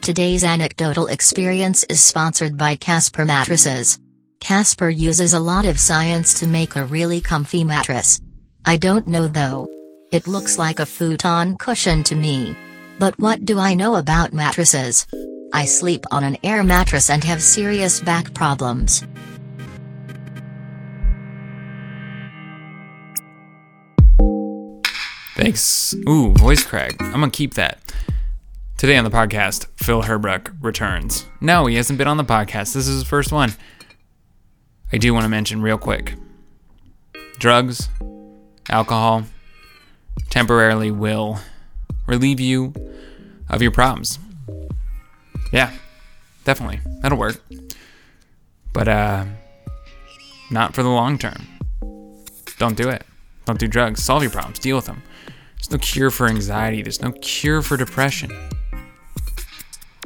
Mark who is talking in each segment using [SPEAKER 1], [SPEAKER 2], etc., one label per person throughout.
[SPEAKER 1] Today's anecdotal experience is sponsored by Casper Mattresses. Casper uses a lot of science to make a really comfy mattress. I don't know though. It looks like a futon cushion to me. But what do I know about mattresses? I sleep on an air mattress and have serious back problems.
[SPEAKER 2] Thanks. Ooh, voice crack. I'm gonna keep that. Today on the podcast, Phil Herbruck returns. No, he hasn't been on the podcast. This is his first one. I do want to mention real quick drugs, alcohol, temporarily will relieve you of your problems. Yeah, definitely. That'll work. But uh not for the long term. Don't do it. Don't do drugs. Solve your problems. Deal with them. There's no cure for anxiety. There's no cure for depression.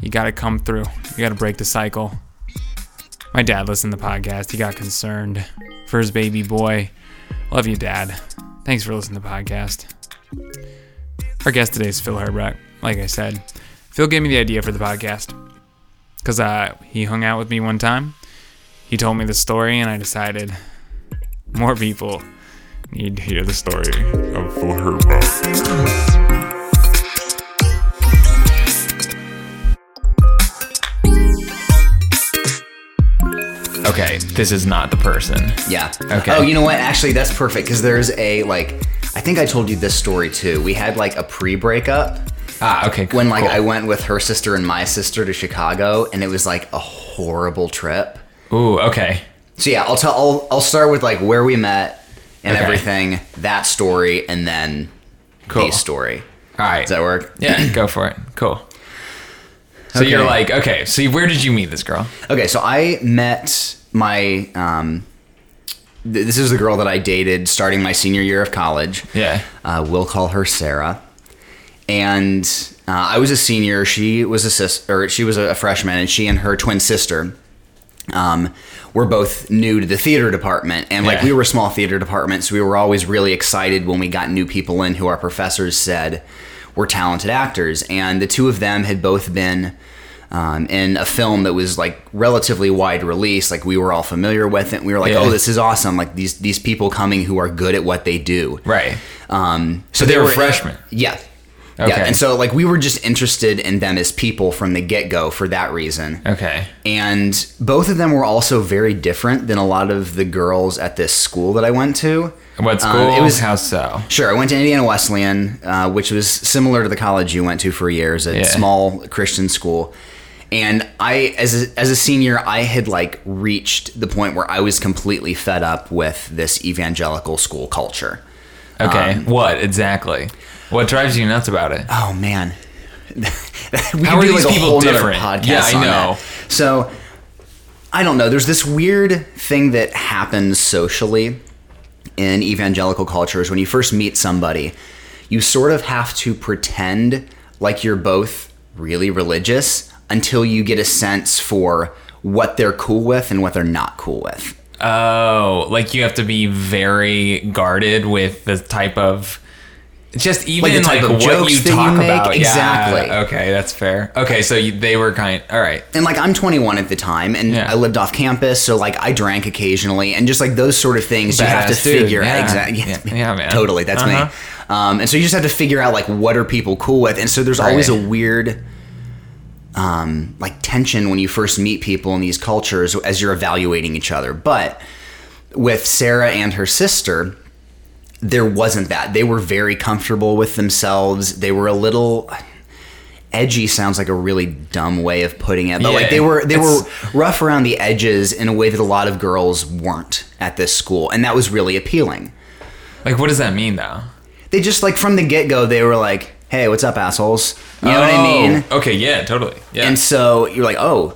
[SPEAKER 2] You got to come through. You got to break the cycle. My dad listened to the podcast. He got concerned for his baby boy. Love you, Dad. Thanks for listening to the podcast. Our guest today is Phil Herbrock. Like I said, Phil gave me the idea for the podcast because uh, he hung out with me one time. He told me the story, and I decided more people need to hear the story of Phil Herbrock.
[SPEAKER 3] Okay, this is not the person.
[SPEAKER 4] Yeah.
[SPEAKER 3] Okay.
[SPEAKER 4] Oh, you know what? Actually, that's perfect because there's a like. I think I told you this story too. We had like a pre-breakup
[SPEAKER 3] Ah, okay.
[SPEAKER 4] when like
[SPEAKER 3] cool.
[SPEAKER 4] I went with her sister and my sister to Chicago, and it was like a horrible trip.
[SPEAKER 3] Ooh, okay.
[SPEAKER 4] So yeah, I'll tell. I'll, I'll start with like where we met and
[SPEAKER 3] Okay.
[SPEAKER 4] everything, that story, and then
[SPEAKER 3] Cool.
[SPEAKER 4] the story.
[SPEAKER 3] All right.
[SPEAKER 4] Does that work?
[SPEAKER 3] Yeah, go for it. Cool. So you're
[SPEAKER 4] Okay.
[SPEAKER 3] like, okay, so where did you meet this girl?
[SPEAKER 4] Okay, so I met my. Um, th- this is the girl that I dated starting my senior year of college.
[SPEAKER 3] Yeah.
[SPEAKER 4] Uh, we'll call her Sarah. And uh, I was a senior. She was a sis- or she was a freshman, and she and her twin sister um, were both new to the theater department. And like
[SPEAKER 3] Yeah.
[SPEAKER 4] we were a small theater department, so we were always really excited when we got new people in who our professors said were talented actors. And the two of them had both been um, in a film that was like relatively wide release. Like we were all familiar with it. We were like,
[SPEAKER 3] Yeah.
[SPEAKER 4] oh, this is awesome. Like these these people coming who are good at what they do.
[SPEAKER 3] Right.
[SPEAKER 4] Um, so
[SPEAKER 3] they were freshmen?
[SPEAKER 4] Yeah.
[SPEAKER 3] Okay.
[SPEAKER 4] Yeah. And so like we were just interested in them as people from the get go for that reason.
[SPEAKER 3] Okay.
[SPEAKER 4] And both of them were also very different than a lot of the girls at this school that I went to.
[SPEAKER 3] What
[SPEAKER 4] Um,
[SPEAKER 3] school?
[SPEAKER 4] it was
[SPEAKER 3] how so?
[SPEAKER 4] sure. I went to Indiana Wesleyan, uh, which was similar to the college you went to for years, a
[SPEAKER 3] Yeah.
[SPEAKER 4] small Christian school. And I, as a, as a senior, I had like reached the point where I was completely fed up with this evangelical school culture.
[SPEAKER 3] Okay. what exactly? What drives you nuts about it?
[SPEAKER 4] Oh man, we
[SPEAKER 3] How
[SPEAKER 4] could
[SPEAKER 3] are
[SPEAKER 4] do,
[SPEAKER 3] these
[SPEAKER 4] like, a
[SPEAKER 3] people
[SPEAKER 4] whole nother
[SPEAKER 3] different?
[SPEAKER 4] Podcast
[SPEAKER 3] Yeah, I
[SPEAKER 4] on
[SPEAKER 3] know.
[SPEAKER 4] that. So I don't know. There's this weird thing that happens socially in evangelical cultures when you first meet somebody. You sort of have to pretend like you're both really religious until you get a sense for what they're cool with and what they're not cool with.
[SPEAKER 3] Oh, like you have to be very guarded with the type of just even
[SPEAKER 4] Like
[SPEAKER 3] like,
[SPEAKER 4] the type of
[SPEAKER 3] what
[SPEAKER 4] jokes
[SPEAKER 3] you
[SPEAKER 4] that you
[SPEAKER 3] talk
[SPEAKER 4] make?
[SPEAKER 3] about. Yeah,
[SPEAKER 4] Exactly.
[SPEAKER 3] okay, that's fair. Okay, so you, they were kind. All right.
[SPEAKER 4] and like I'm 21 at the time, and
[SPEAKER 3] Yeah.
[SPEAKER 4] I lived off campus, so like I drank occasionally, and just like those sort of things, you have to
[SPEAKER 3] Badass dude,
[SPEAKER 4] figure
[SPEAKER 3] yeah.
[SPEAKER 4] exactly.
[SPEAKER 3] Yeah, yeah, man.
[SPEAKER 4] Totally, that's
[SPEAKER 3] Uh-huh.
[SPEAKER 4] me. Um, and so you just have to figure out like what are people cool with, and so there's always a
[SPEAKER 3] Right.
[SPEAKER 4] weird. Um, like tension when you first meet people in these cultures as you're evaluating each other. But with Sarah and her sister, there wasn't that. They were very comfortable with themselves. They were a little edgy sounds like a really dumb way of putting it, but
[SPEAKER 3] Yeah,
[SPEAKER 4] like they were they
[SPEAKER 3] it's-
[SPEAKER 4] were rough around the edges in a way that a lot of girls weren't at this school, and that was really appealing.
[SPEAKER 3] Like, what does that mean, though?
[SPEAKER 4] They just like from the get go, they were like, "Hey, what's up, assholes?" You know what I mean?
[SPEAKER 3] Okay, yeah, totally. Oh, Yeah.
[SPEAKER 4] And so you're like, "Oh."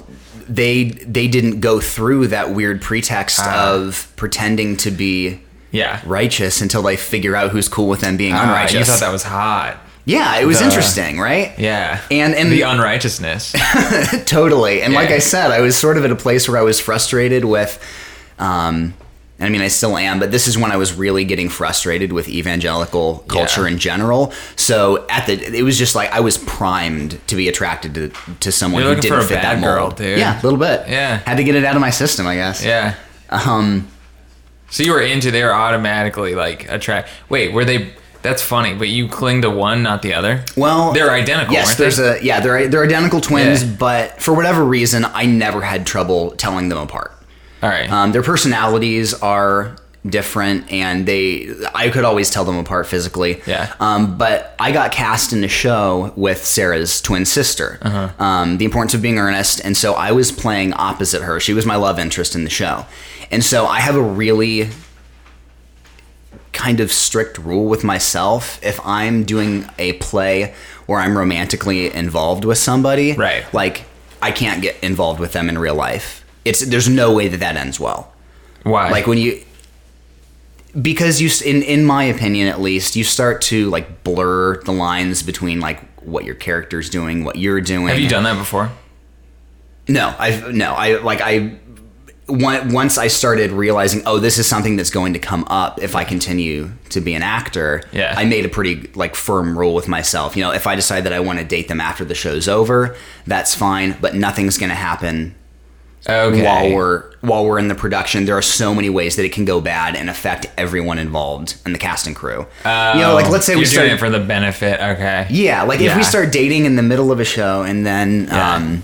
[SPEAKER 4] They they didn't go through that weird pretext
[SPEAKER 3] Ah.
[SPEAKER 4] of pretending to be
[SPEAKER 3] yeah.
[SPEAKER 4] righteous until they figure out who's cool with them being
[SPEAKER 3] Ah,
[SPEAKER 4] unrighteous.
[SPEAKER 3] you thought that was hot.
[SPEAKER 4] yeah, it was
[SPEAKER 3] the-
[SPEAKER 4] interesting, right?
[SPEAKER 3] Yeah.
[SPEAKER 4] And- and-
[SPEAKER 3] the unrighteousness.
[SPEAKER 4] totally. And like
[SPEAKER 3] Yeah.
[SPEAKER 4] I said, I was sort of at a place where I was frustrated with um, I mean, I still am, but this is when I was really getting frustrated with evangelical culture
[SPEAKER 3] Yeah.
[SPEAKER 4] in general. So at the, it was just like I was primed to be attracted to to someone
[SPEAKER 3] You're
[SPEAKER 4] who
[SPEAKER 3] looking
[SPEAKER 4] didn't
[SPEAKER 3] for a
[SPEAKER 4] fit that
[SPEAKER 3] bad girl,
[SPEAKER 4] mold.
[SPEAKER 3] dude.
[SPEAKER 4] Yeah, a little bit.
[SPEAKER 3] Yeah.
[SPEAKER 4] had to get it out of my system, I guess.
[SPEAKER 3] Yeah.
[SPEAKER 4] Um,
[SPEAKER 3] So you were into they were automatically like attract. Wait, were they? That's funny, but you cling to one, not the other.
[SPEAKER 4] well,
[SPEAKER 3] they're identical.
[SPEAKER 4] Yes,
[SPEAKER 3] weren't
[SPEAKER 4] there's
[SPEAKER 3] they?
[SPEAKER 4] a yeah, they're they're identical twins,
[SPEAKER 3] Yeah.
[SPEAKER 4] but for whatever reason, I never had trouble telling them apart.
[SPEAKER 3] All right.
[SPEAKER 4] Um, their personalities are different, and they I could always tell them apart physically.
[SPEAKER 3] Yeah.
[SPEAKER 4] Um, but I got cast in a show with Sarah's twin sister,
[SPEAKER 3] Uh-huh.
[SPEAKER 4] um, The Importance of Being Earnest, and so I was playing opposite her. She was my love interest in the show, and so I have a really kind of strict rule with myself if I'm doing a play where I'm romantically involved with somebody,
[SPEAKER 3] Right.
[SPEAKER 4] Like I can't get involved with them in real life. It's there's no way that that ends well.
[SPEAKER 3] Why?
[SPEAKER 4] Like when you because you s- in in my opinion at least you start to like blur the lines between like what your character's doing, what you're doing.
[SPEAKER 3] have you done that before?
[SPEAKER 4] No, I've no, I like I. on- Once I started realizing, oh, this is something that's going to come up if I continue to be an actor.
[SPEAKER 3] Yeah.
[SPEAKER 4] I made a pretty like firm rule with myself. You know, if I decide that I want to date them after the show's over, that's fine. But nothing's going to happen
[SPEAKER 3] Okay.
[SPEAKER 4] while we're while we're in the production. There are so many ways that it can go bad and affect everyone involved in the casting crew. you know, like let's say
[SPEAKER 3] Oh, You're
[SPEAKER 4] we
[SPEAKER 3] doing it
[SPEAKER 4] start
[SPEAKER 3] for the benefit. Okay.
[SPEAKER 4] yeah, like if
[SPEAKER 3] Yeah.
[SPEAKER 4] we start dating in the middle of a show and then um,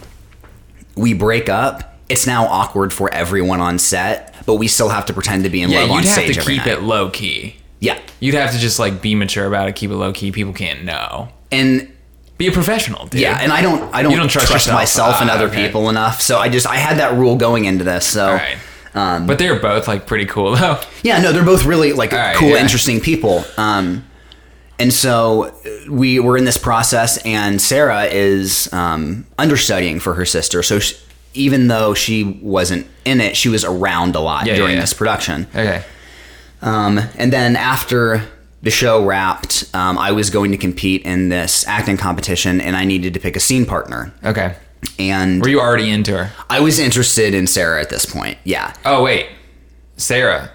[SPEAKER 4] we break up, it's now awkward for everyone on set, but we still have to pretend to be in
[SPEAKER 3] Yeah,
[SPEAKER 4] love
[SPEAKER 3] you'd
[SPEAKER 4] on
[SPEAKER 3] have to
[SPEAKER 4] stage every
[SPEAKER 3] keep
[SPEAKER 4] night.
[SPEAKER 3] it low key.
[SPEAKER 4] Yeah,
[SPEAKER 3] You'd have to just like be mature about it, keep it low key. People can't know.
[SPEAKER 4] and
[SPEAKER 3] Be a professional, dude.
[SPEAKER 4] yeah, and I don't, I don't,
[SPEAKER 3] don't trust
[SPEAKER 4] trust,
[SPEAKER 3] yourself.
[SPEAKER 4] myself and
[SPEAKER 3] Ah,
[SPEAKER 4] other
[SPEAKER 3] okay.
[SPEAKER 4] people enough, so I just I had that rule going into this. So
[SPEAKER 3] All right.
[SPEAKER 4] Um,
[SPEAKER 3] but they're both like pretty cool though.
[SPEAKER 4] Yeah, no, they're both really like
[SPEAKER 3] right,
[SPEAKER 4] cool,
[SPEAKER 3] yeah.
[SPEAKER 4] interesting people. Um, and so uh, we were in this process, and Sarah is um, understudying for her sister. So sh even though she wasn't in it, she was around a lot
[SPEAKER 3] Yeah, yeah,
[SPEAKER 4] during
[SPEAKER 3] yeah.
[SPEAKER 4] this production.
[SPEAKER 3] Okay.
[SPEAKER 4] Um, and then after the show wrapped, um, I was going to compete in this acting competition, and I needed to pick a scene partner.
[SPEAKER 3] Okay.
[SPEAKER 4] And
[SPEAKER 3] Were you already into her?
[SPEAKER 4] I was interested in Sarah at this point. Yeah.
[SPEAKER 3] Oh wait, Sarah,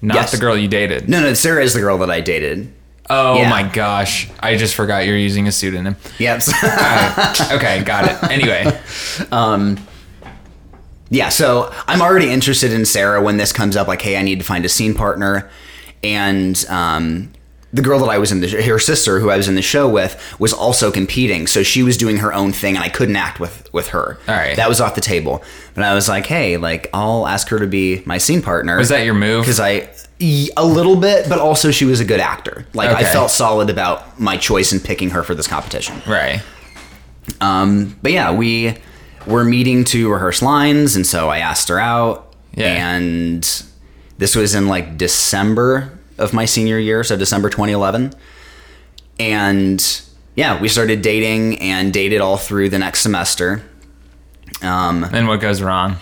[SPEAKER 3] not
[SPEAKER 4] Yes.
[SPEAKER 3] the girl you dated.
[SPEAKER 4] No, no, Sarah is the girl that I dated.
[SPEAKER 3] Oh
[SPEAKER 4] Yeah.
[SPEAKER 3] my gosh, I just forgot you're using a pseudonym.
[SPEAKER 4] Yep.
[SPEAKER 3] Okay, got it. Anyway,
[SPEAKER 4] Yeah, so I'm already interested in Sarah when this comes up. Like, hey, I need to find a scene partner, and um, the girl that I was in the her sister who I was in the show with was also competing, so she was doing her own thing, and I couldn't act with with her.
[SPEAKER 3] All right.
[SPEAKER 4] that was off the table. But I was like, hey, like I'll ask her to be my scene partner.
[SPEAKER 3] was that your move?
[SPEAKER 4] Because I y- a little bit, but also she was a good actor. Like I
[SPEAKER 3] Okay.
[SPEAKER 4] felt solid about my choice in picking her for this competition.
[SPEAKER 3] right.
[SPEAKER 4] Um, but yeah, we were meeting to rehearse lines, and so I asked her out.
[SPEAKER 3] Yeah.
[SPEAKER 4] And this was in like December of my senior year, so December 2011. And yeah, we started dating and dated all through the next semester.
[SPEAKER 3] Then what goes wrong?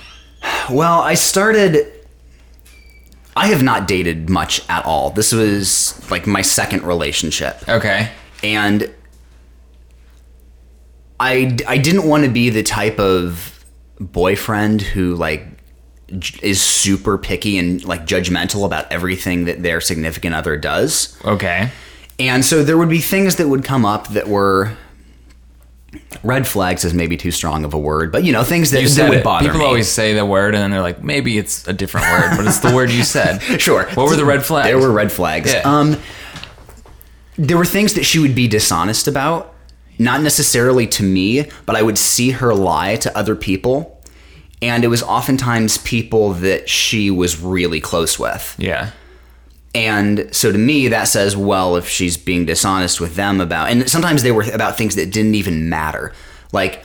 [SPEAKER 4] Well, I started. I have not dated much at all. This was like my second relationship.
[SPEAKER 3] Okay.
[SPEAKER 4] and I, I didn't want to be the type of boyfriend who like j- is super picky and like judgmental about everything that their significant other does.
[SPEAKER 3] Okay.
[SPEAKER 4] And so there would be things that would come up that were red flags is maybe too strong of a word, but you know, things that,
[SPEAKER 3] You
[SPEAKER 4] that
[SPEAKER 3] said
[SPEAKER 4] would
[SPEAKER 3] it.
[SPEAKER 4] bother
[SPEAKER 3] People
[SPEAKER 4] me.
[SPEAKER 3] always say the word and then they're like, maybe it's a different word, but it's the word you said.
[SPEAKER 4] sure.
[SPEAKER 3] What were the red flags?
[SPEAKER 4] There were red flags.
[SPEAKER 3] Yeah.
[SPEAKER 4] Um, there were things that she would be dishonest about, not necessarily to me, but I would see her lie to other people, and it was oftentimes people that she was really close with.
[SPEAKER 3] Yeah.
[SPEAKER 4] And so to me, that says, well, if she's being dishonest with them about, and sometimes they were about things that didn't even matter, like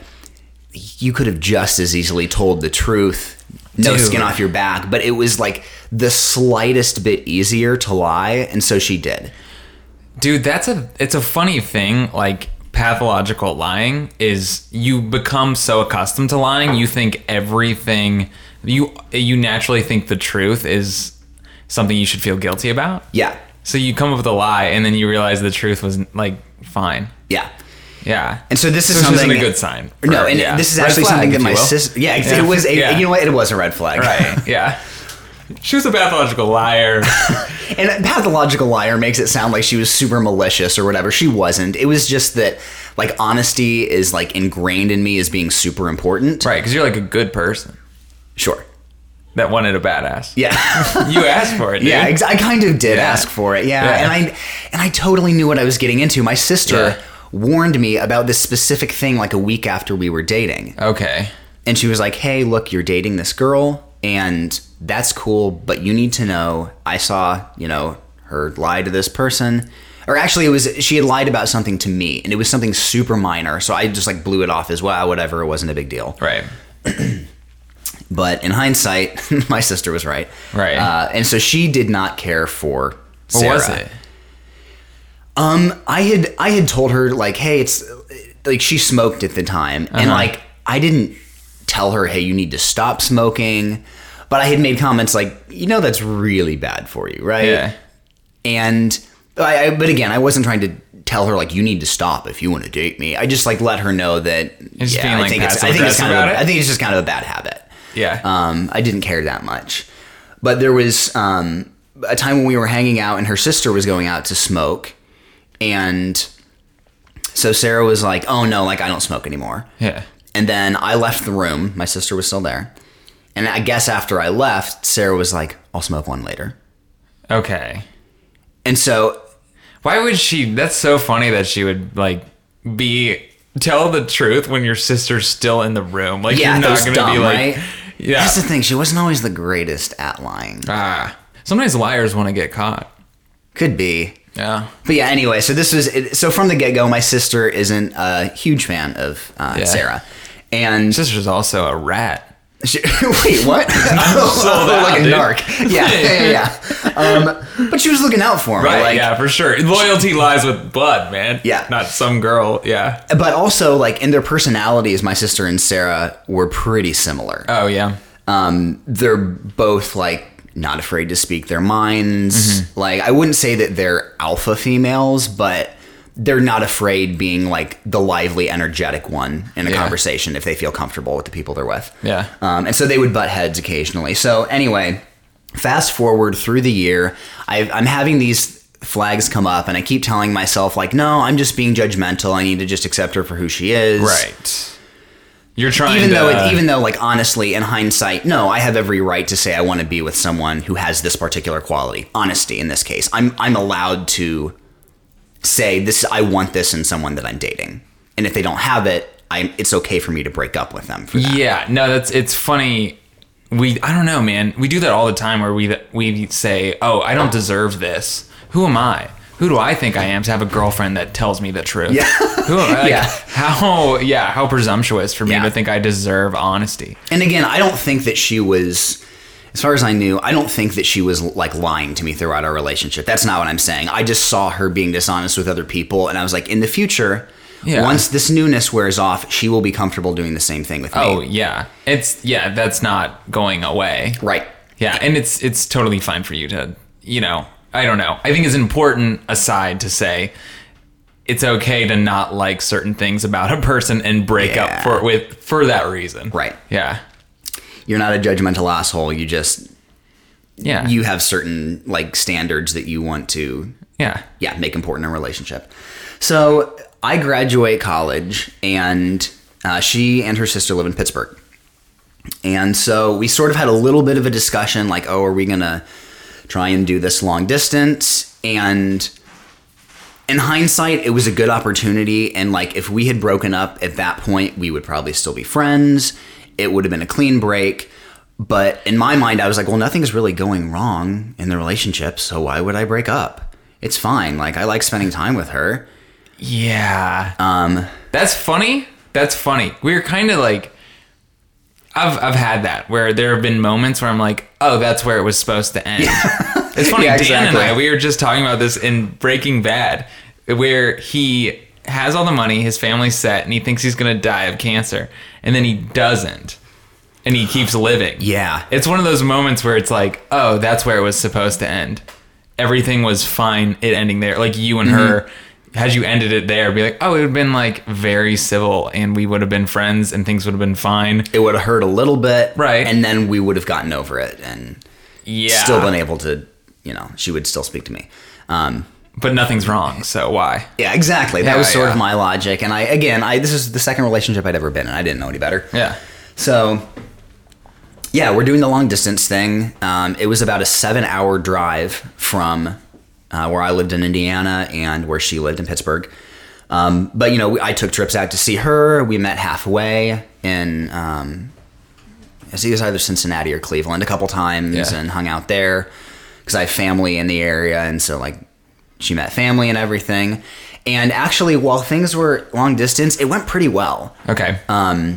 [SPEAKER 4] you could have just as easily told the truth, no
[SPEAKER 3] Dude.
[SPEAKER 4] skin off your back, but it was like the slightest bit easier to lie, and so she did.
[SPEAKER 3] Dude, that's a it's a funny thing. Like pathological lying is you become so accustomed to lying, you think everything you you naturally think the truth is something you should feel guilty about.
[SPEAKER 4] Yeah,
[SPEAKER 3] So you come up with a lie and then you realize the truth was like fine.
[SPEAKER 4] yeah.
[SPEAKER 3] Yeah.
[SPEAKER 4] And so this is
[SPEAKER 3] This isn't
[SPEAKER 4] something
[SPEAKER 3] a good sign.
[SPEAKER 4] No,
[SPEAKER 3] for-
[SPEAKER 4] and
[SPEAKER 3] yeah.
[SPEAKER 4] this is
[SPEAKER 3] Red
[SPEAKER 4] actually
[SPEAKER 3] flag,
[SPEAKER 4] something that
[SPEAKER 3] if
[SPEAKER 4] my
[SPEAKER 3] you will.
[SPEAKER 4] sister. Yeah, it
[SPEAKER 3] Yeah.
[SPEAKER 4] was a.
[SPEAKER 3] Yeah.
[SPEAKER 4] You know what? It was a red flag.
[SPEAKER 3] Right. Yeah. She was a pathological liar.
[SPEAKER 4] And a pathological liar makes it sound like she was super malicious or whatever. She wasn't. It was just that like honesty is like ingrained in me as being super important.
[SPEAKER 3] right, because you're like a good person
[SPEAKER 4] Sure.
[SPEAKER 3] that wanted a badass.
[SPEAKER 4] Yeah.
[SPEAKER 3] You asked for it, dude.
[SPEAKER 4] Yeah, ex- I kind of did
[SPEAKER 3] Yeah.
[SPEAKER 4] ask for it. Yeah.
[SPEAKER 3] Yeah.
[SPEAKER 4] and I and I totally knew what I was getting into. My sister
[SPEAKER 3] Yeah.
[SPEAKER 4] warned me about this specific thing like a week after we were dating,
[SPEAKER 3] Okay.
[SPEAKER 4] and she was like, "Hey, look, you're dating this girl, and that's cool, but you need to know I saw you know her lie to this person." Or actually, it was she had lied about something to me, and it was something super minor. So I just like blew it off as well, whatever. It wasn't a big deal.
[SPEAKER 3] Right.
[SPEAKER 4] But in hindsight, my sister was right.
[SPEAKER 3] Right.
[SPEAKER 4] Uh, and so she did not care for
[SPEAKER 3] What
[SPEAKER 4] Sarah.
[SPEAKER 3] was it?
[SPEAKER 4] Um, I had I had told her like, hey, it's like she smoked at the time, and
[SPEAKER 3] Uh-huh.
[SPEAKER 4] like I didn't tell her, hey, you need to stop smoking, but I had made comments like, you know, that's really bad for you, right?
[SPEAKER 3] Yeah.
[SPEAKER 4] And I, I but again, I wasn't trying to tell her like you need to stop if you want to date me. I just like let her know that
[SPEAKER 3] just being,
[SPEAKER 4] yeah, I
[SPEAKER 3] like,
[SPEAKER 4] think it's I think it's
[SPEAKER 3] passive-aggressive
[SPEAKER 4] kind of
[SPEAKER 3] about
[SPEAKER 4] a,
[SPEAKER 3] it?
[SPEAKER 4] I think it's just kind of a bad habit.
[SPEAKER 3] Yeah.
[SPEAKER 4] Um, I didn't care that much. But there was um, a time when we were hanging out and her sister was going out to smoke. And so Sarah was like, oh no, like I don't smoke anymore.
[SPEAKER 3] yeah.
[SPEAKER 4] And then I left the room. My sister was still there. And I guess after I left, Sarah was like, I'll smoke one later.
[SPEAKER 3] Okay.
[SPEAKER 4] And so
[SPEAKER 3] Why would she? That's so funny that she would like be tell the truth when your sister's still in the room. Like
[SPEAKER 4] Yeah,
[SPEAKER 3] you're
[SPEAKER 4] that
[SPEAKER 3] not
[SPEAKER 4] was
[SPEAKER 3] gonna be
[SPEAKER 4] dumb,
[SPEAKER 3] like,
[SPEAKER 4] right?
[SPEAKER 3] yeah.
[SPEAKER 4] that's the thing. She wasn't always the greatest at lying.
[SPEAKER 3] ah, sometimes liars want to get caught.
[SPEAKER 4] Could be.
[SPEAKER 3] Yeah.
[SPEAKER 4] But yeah, anyway, so this was it, so from the get go, my sister isn't a huge fan of uh,
[SPEAKER 3] Yeah.
[SPEAKER 4] Sarah, and
[SPEAKER 3] Sister's also a rat.
[SPEAKER 4] She- Wait, what? Oh,
[SPEAKER 3] sold out,
[SPEAKER 4] like a
[SPEAKER 3] dude.
[SPEAKER 4] narc. Yeah, yeah, yeah. yeah. Um, but she was looking out for me.
[SPEAKER 3] Right.
[SPEAKER 4] like,
[SPEAKER 3] yeah, for sure. Loyalty lies with blood, man.
[SPEAKER 4] Yeah.
[SPEAKER 3] Not some girl. Yeah.
[SPEAKER 4] But also, like, in their personalities, my sister and Sarah were pretty similar.
[SPEAKER 3] Oh yeah.
[SPEAKER 4] Um, they're both, like, not afraid to speak their minds.
[SPEAKER 3] Mm-hmm.
[SPEAKER 4] Like, I wouldn't say that they're alpha females, but they're not afraid being, like, the lively, energetic one in a
[SPEAKER 3] Yeah.
[SPEAKER 4] conversation if they feel comfortable with the people they're with.
[SPEAKER 3] Yeah.
[SPEAKER 4] Um, and so they would butt heads occasionally. So anyway, fast forward through the year, I've, I'm having these flags come up, and I keep telling myself like, no, I'm just being judgmental. I need to just accept her for who she is.
[SPEAKER 3] Right. You're trying
[SPEAKER 4] Even
[SPEAKER 3] to
[SPEAKER 4] though, it, even though, like honestly, in hindsight, no, I have every right to say I want to be with someone who has this particular quality. Honesty, in this case, I'm I'm allowed to say this. I want this in someone that I'm dating, and if they don't have it, I it's okay for me to break up with them. For that.
[SPEAKER 3] Yeah, no, that's it's funny. We I don't know, man. We do that all the time where we we say, "Oh, I don't deserve this. Who am I? Who do I think I am to have a girlfriend that tells me the truth?
[SPEAKER 4] Yeah.
[SPEAKER 3] Who am I? Like,
[SPEAKER 4] Yeah.
[SPEAKER 3] How yeah, how presumptuous for me
[SPEAKER 4] Yeah.
[SPEAKER 3] to think I deserve honesty.
[SPEAKER 4] And again, I don't think that she was, as far as I knew, I don't think that she was like lying to me throughout our relationship. That's not what I'm saying. I just saw her being dishonest with other people, and I was like, in the future,
[SPEAKER 3] Yeah.
[SPEAKER 4] once this newness wears off, she will be comfortable doing the same thing with me.
[SPEAKER 3] Oh, yeah. It's yeah, that's not going away.
[SPEAKER 4] right.
[SPEAKER 3] Yeah, and it's it's totally fine for you to, you know, I don't know. I think it's an important aside to say it's okay to not like certain things about a person and break
[SPEAKER 4] Yeah.
[SPEAKER 3] up for with for that reason.
[SPEAKER 4] Right.
[SPEAKER 3] Yeah.
[SPEAKER 4] You're not a judgmental asshole. You just
[SPEAKER 3] Yeah.
[SPEAKER 4] you have certain like standards that you want to
[SPEAKER 3] yeah.
[SPEAKER 4] yeah, make important in a relationship. So I graduate college, and uh, she and her sister live in Pittsburgh. And so we sort of had a little bit of a discussion like, oh, are we going to try and do this long distance? And in hindsight, it was a good opportunity. And like, if we had broken up at that point, we would probably still be friends. It would have been a clean break. But in my mind, I was like, well, nothing's really going wrong in the relationship. So why would I break up? It's fine. Like, I like spending time with her.
[SPEAKER 3] Yeah.
[SPEAKER 4] Um,
[SPEAKER 3] That's funny. That's funny. We are kind of like I've I've had that where there have been moments where I'm like, "Oh, that's where it was supposed to end." It's funny.
[SPEAKER 4] Yeah,
[SPEAKER 3] Dan and
[SPEAKER 4] exactly.
[SPEAKER 3] I we were just talking about this in Breaking Bad where he has all the money, his family's set, and he thinks he's going to die of cancer, and then he doesn't. And he keeps living.
[SPEAKER 4] Yeah.
[SPEAKER 3] It's one of those moments where it's like, "Oh, that's where it was supposed to end." Everything was fine it ending there. Like you and her
[SPEAKER 4] Mm-hmm.
[SPEAKER 3] had you ended it there, be like, oh, it would have been like very civil and we would have been friends and things would have been fine.
[SPEAKER 4] it would have hurt a little bit.
[SPEAKER 3] Right.
[SPEAKER 4] And then we would have gotten over it. And
[SPEAKER 3] Yeah.
[SPEAKER 4] still been able to, you know, she would still speak to me. Um,
[SPEAKER 3] but nothing's wrong. So why?
[SPEAKER 4] yeah, exactly. That
[SPEAKER 3] Yeah,
[SPEAKER 4] was sort
[SPEAKER 3] yeah.
[SPEAKER 4] of my logic. And I, again, I this is the second relationship I'd ever been in. I didn't know any better.
[SPEAKER 3] Yeah.
[SPEAKER 4] So, yeah, we're doing the long distance thing. Um, it was about a seven hour drive from uh, where I lived in Indiana and where she lived in Pittsburgh. Um, but, you know, we- I took trips out to see her. We met halfway in, um, I think it was either Cincinnati or Cleveland a couple times
[SPEAKER 3] Yeah.
[SPEAKER 4] and hung out there because I have family in the area. And so, like, she met family and everything. And actually, while things were long distance, it went pretty well
[SPEAKER 3] Okay.
[SPEAKER 4] Uh,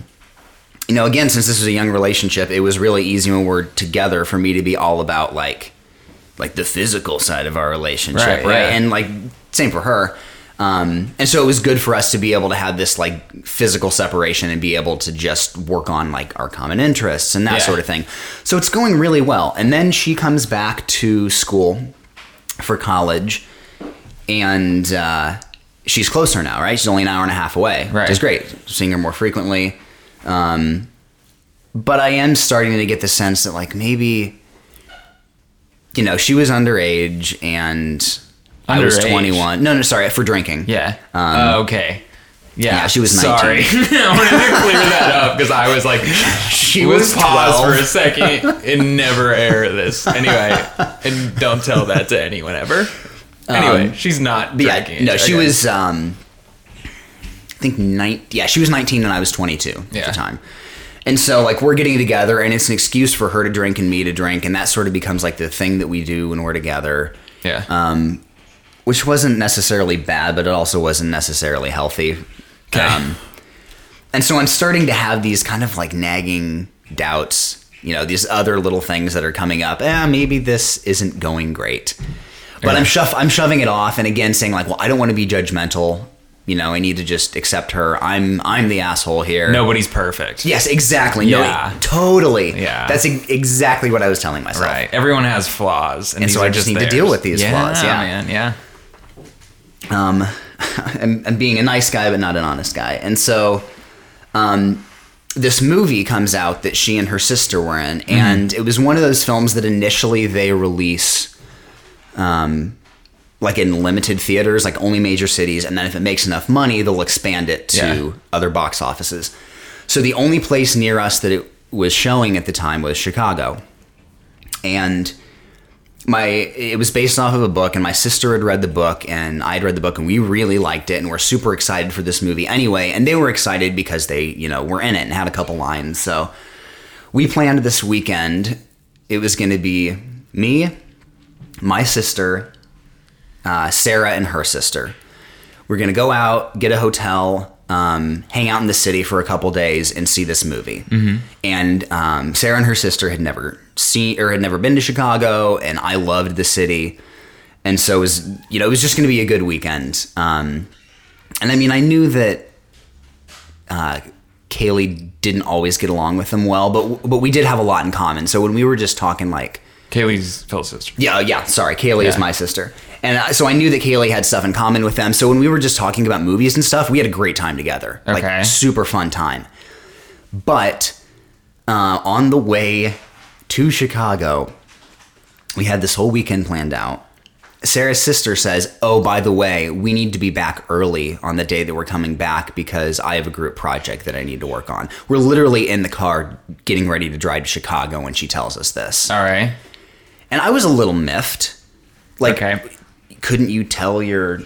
[SPEAKER 4] you know, again, since this was a young relationship, it was really easy when we're together for me to be all about like, like the physical side of our relationship,
[SPEAKER 3] Right,
[SPEAKER 4] right?
[SPEAKER 3] yeah.
[SPEAKER 4] And like, same for her. Um, and so it was good for us to be able to have this like physical separation and be able to just work on like our common interests and that
[SPEAKER 3] Yeah.
[SPEAKER 4] sort of thing. So it's going really well. And then she comes back to school for college, and uh, she's closer now, right? She's only an hour and a half away,
[SPEAKER 3] Right.
[SPEAKER 4] which is great. Seeing her more frequently. Um, but I am starting to get the sense that, like, maybe, you know, she was underage and I was
[SPEAKER 3] Underage.
[SPEAKER 4] 21. No, no, sorry, for drinking.
[SPEAKER 3] yeah.
[SPEAKER 4] Um,
[SPEAKER 3] Uh, okay. Yeah.
[SPEAKER 4] yeah, she was 19.
[SPEAKER 3] Sorry. I wanted to clear that up because I was like,
[SPEAKER 4] She
[SPEAKER 3] let's
[SPEAKER 4] was
[SPEAKER 3] pause
[SPEAKER 4] 12.
[SPEAKER 3] for a second and never air this. Anyway, and don't tell that to anyone ever. Anyway, she's not
[SPEAKER 4] Um, But
[SPEAKER 3] drinking.
[SPEAKER 4] yeah, no, she was, um, I think, nine, yeah, she was 19 and I was 22 at
[SPEAKER 3] Yeah.
[SPEAKER 4] the time. And so, like, we're getting together, and it's an excuse for her to drink and me to drink, and that sort of becomes like the thing that we do when we're together.
[SPEAKER 3] Yeah.
[SPEAKER 4] um, which wasn't necessarily bad, but it also wasn't necessarily healthy.
[SPEAKER 3] Okay.
[SPEAKER 4] um, and so I'm starting to have these kind of like nagging doubts, you know, these other little things that are coming up. Eh, maybe this isn't going great. But I'm shuff I'm shoving it off and again saying like, well, I don't want to be judgmental. You know, I need to just accept her. I'm I'm the asshole here.
[SPEAKER 3] Nobody's perfect.
[SPEAKER 4] Yes, exactly.
[SPEAKER 3] Yeah.
[SPEAKER 4] No, totally.
[SPEAKER 3] Yeah.
[SPEAKER 4] That's e- exactly what I was telling myself.
[SPEAKER 3] Right. Everyone has flaws, and,
[SPEAKER 4] And
[SPEAKER 3] these
[SPEAKER 4] so I
[SPEAKER 3] are
[SPEAKER 4] just need to deal
[SPEAKER 3] theirs.
[SPEAKER 4] with these
[SPEAKER 3] yeah,
[SPEAKER 4] flaws, yeah.
[SPEAKER 3] man. Yeah.
[SPEAKER 4] um, and, and being a nice guy but not an honest guy. And so, um, this movie comes out that she and her sister were in, and it was one of those films that initially they release, um, like in limited theaters, like only major cities, and then if it makes enough money, they'll expand it to
[SPEAKER 3] Yeah.
[SPEAKER 4] other box offices. So the only place near us that it was showing at the time was Chicago, and my it was based off of a book and my sister had read the book and I'd read the book and we really liked it and were super excited for this movie anyway and they were excited because they you know were in it and had a couple lines so we planned this weekend it was going to be me my sister uh, Sarah and her sister we're going to go out get a hotel um, hang out in the city for a couple days and see this movie and um, Sarah and her sister had never seen or had never been to Chicago, and I loved the city, and so it was you know it was just going to be a good weekend. Um, and I mean, I knew that uh, Kaylee didn't always get along with them well, but but we did have a lot in common. So when we were just talking, like
[SPEAKER 3] Kaylee's Phil's sister.
[SPEAKER 4] yeah, yeah. Sorry, Kaylee is
[SPEAKER 3] Yeah.
[SPEAKER 4] my sister, and I, so I knew that Kaylee had stuff in common with them. So when we were just talking about movies and stuff, we had a great time together,
[SPEAKER 3] Okay.
[SPEAKER 4] like super fun time. But uh, on the way to Chicago, we had this whole weekend planned out. Sarah's sister says, "Oh, by the way, we need to be back early on the day that we're coming back because I have a group project that I need to work on." We're literally in the car getting ready to drive to Chicago when she tells us this.
[SPEAKER 3] All right.
[SPEAKER 4] And I was a little miffed. Like,
[SPEAKER 3] Okay.
[SPEAKER 4] couldn't you tell your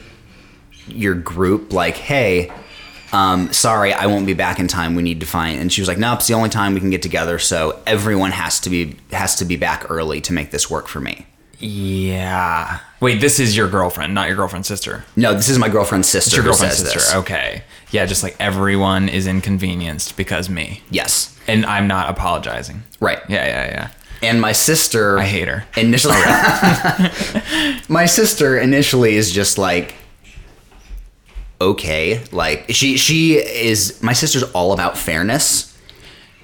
[SPEAKER 4] your group like, hey, um, sorry, I won't be back in time. We need to find. And she was like, nope, it's the only time we can get together. So everyone has to be has to be back early to make this work for me.
[SPEAKER 3] Yeah. Wait, this is your girlfriend, not your girlfriend's sister.
[SPEAKER 4] No, this is my girlfriend's sister.
[SPEAKER 3] It's your
[SPEAKER 4] who
[SPEAKER 3] girlfriend's
[SPEAKER 4] says
[SPEAKER 3] sister. Oh.
[SPEAKER 4] this.
[SPEAKER 3] Okay. Yeah, just like everyone is inconvenienced because me.
[SPEAKER 4] Yes.
[SPEAKER 3] And I'm not apologizing.
[SPEAKER 4] Right.
[SPEAKER 3] Yeah, yeah, yeah.
[SPEAKER 4] And my sister.
[SPEAKER 3] I hate her.
[SPEAKER 4] initially my sister initially is just like okay like she she is my sister's all about fairness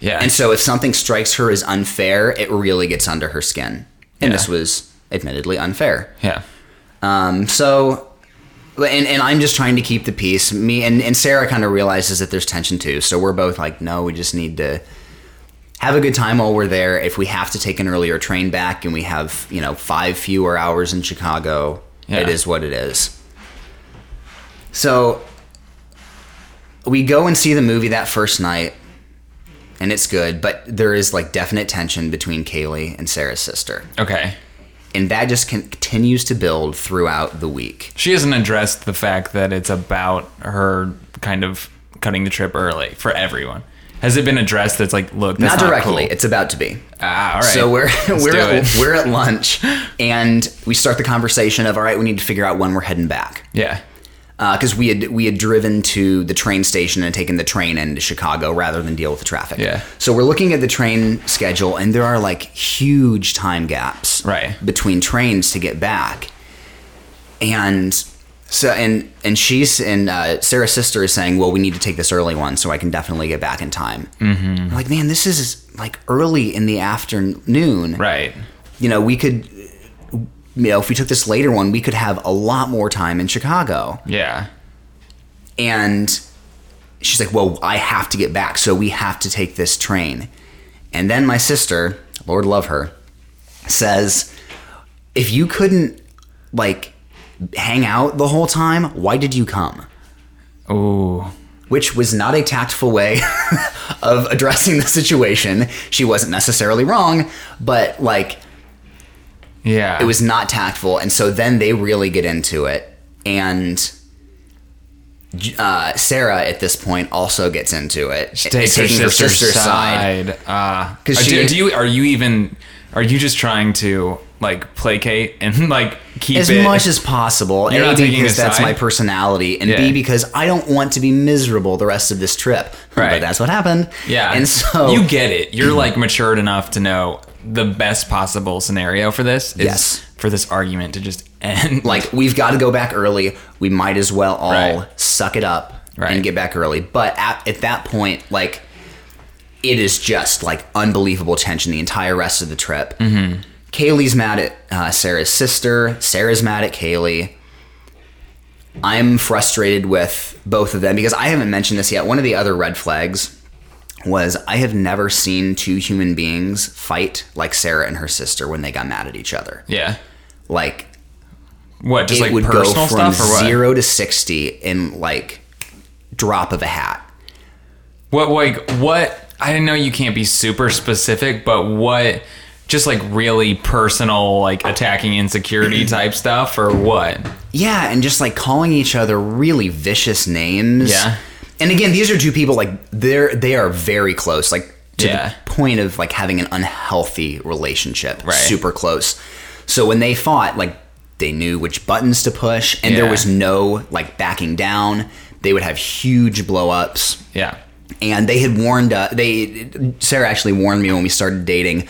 [SPEAKER 3] Yeah.
[SPEAKER 4] and so if something strikes her as unfair it really gets under her skin and this
[SPEAKER 3] Yeah.
[SPEAKER 4] was admittedly unfair
[SPEAKER 3] yeah.
[SPEAKER 4] um so and, and I'm just trying to keep the peace. Me and, and Sarah kind of realizes that there's tension too. So we're both like, no, we just need to have a good time while we're there. If we have to take an earlier train back and we have, you know, five fewer hours in Chicago,
[SPEAKER 3] Yeah.
[SPEAKER 4] it is what it is. So we go and see the movie that first night and it's good, but there is like definite tension between Kaylee and Sarah's sister.
[SPEAKER 3] Okay.
[SPEAKER 4] And that just con- continues to build throughout the week.
[SPEAKER 3] She hasn't addressed the fact that it's about her kind of cutting the trip early for everyone. Has it been addressed? That's like, look, that's
[SPEAKER 4] not
[SPEAKER 3] not,
[SPEAKER 4] directly.
[SPEAKER 3] cool.
[SPEAKER 4] It's about to be.
[SPEAKER 3] Ah, all right.
[SPEAKER 4] So we're
[SPEAKER 3] Let's
[SPEAKER 4] we're
[SPEAKER 3] do
[SPEAKER 4] at,
[SPEAKER 3] it.
[SPEAKER 4] we're at lunch, and we start the conversation of all right. We need to figure out when we're heading back
[SPEAKER 3] yeah,
[SPEAKER 4] because Uh, we had we had driven to the train station and taken the train into Chicago rather than deal with the traffic.
[SPEAKER 3] Yeah.
[SPEAKER 4] So we're looking at the train schedule, and there are like huge time gaps
[SPEAKER 3] Right.
[SPEAKER 4] between trains to get back, and. So and and she's and uh, Sarah's sister is saying, well, we need to take this early one so I can definitely get back in time. Mm-hmm. I'm like, man, this is like early in the afternoon
[SPEAKER 3] right.
[SPEAKER 4] you know, we could, you know, if we took this later one, we could have a lot more time in Chicago.
[SPEAKER 3] Yeah,
[SPEAKER 4] And she's like, well, I have to get back, so we have to take this train. And then my sister, Lord love her, says, if you couldn't, like, hang out the whole time, why did you come?
[SPEAKER 3] ooh,
[SPEAKER 4] Which was not a tactful way of addressing the situation. She wasn't necessarily wrong, but, like,
[SPEAKER 3] yeah.
[SPEAKER 4] it was not tactful and so then they really get into it and uh, sarah at this point also gets into it
[SPEAKER 3] She takes her
[SPEAKER 4] Taking
[SPEAKER 3] sister's, side. Ah,
[SPEAKER 4] 'Cause
[SPEAKER 3] are-
[SPEAKER 4] she-
[SPEAKER 3] do, do you are you even are you just trying to like placate and like keep
[SPEAKER 4] as
[SPEAKER 3] it
[SPEAKER 4] much as possible
[SPEAKER 3] You're
[SPEAKER 4] a
[SPEAKER 3] not taking
[SPEAKER 4] because
[SPEAKER 3] a
[SPEAKER 4] that's
[SPEAKER 3] side?
[SPEAKER 4] my personality and
[SPEAKER 3] Yeah.
[SPEAKER 4] b because i don't want to be miserable the rest of this trip but
[SPEAKER 3] Right.
[SPEAKER 4] that's what happened
[SPEAKER 3] Yeah.
[SPEAKER 4] and so
[SPEAKER 3] you get it. You're like matured enough to know the best possible scenario for this is
[SPEAKER 4] Yes.
[SPEAKER 3] for this argument to just end.
[SPEAKER 4] like we've got to go back early we might as well all
[SPEAKER 3] Right.
[SPEAKER 4] suck it up
[SPEAKER 3] Right.
[SPEAKER 4] and get back early but at, at that point like it is just like unbelievable tension the entire rest of the trip mm-hmm. kaylee's mad at uh, sarah's sister sarah's mad at kaylee i'm frustrated with both of them because i haven't mentioned this yet one of the other red flags was i have never seen two human beings fight like sarah and her sister when they got mad at each other
[SPEAKER 3] yeah.
[SPEAKER 4] like
[SPEAKER 3] What just
[SPEAKER 4] it
[SPEAKER 3] like
[SPEAKER 4] would go
[SPEAKER 3] personal
[SPEAKER 4] from
[SPEAKER 3] stuff or what?
[SPEAKER 4] zero to sixty in like drop of a hat.
[SPEAKER 3] What like what? I know you can't be super specific, but what? Just like really personal, like attacking insecurity type stuff or what?
[SPEAKER 4] Yeah, and just like calling each other really vicious names.
[SPEAKER 3] Yeah.
[SPEAKER 4] And again, these are two people like they're they are very close, like to
[SPEAKER 3] Yeah.
[SPEAKER 4] the point of like having an unhealthy relationship.
[SPEAKER 3] Right.
[SPEAKER 4] Super close. So when they fought, like they knew which buttons to push and there
[SPEAKER 3] Yeah.
[SPEAKER 4] was no like backing down. They would have huge blow ups.
[SPEAKER 3] Yeah.
[SPEAKER 4] and they had warned uh, they Sarah actually warned me when we started dating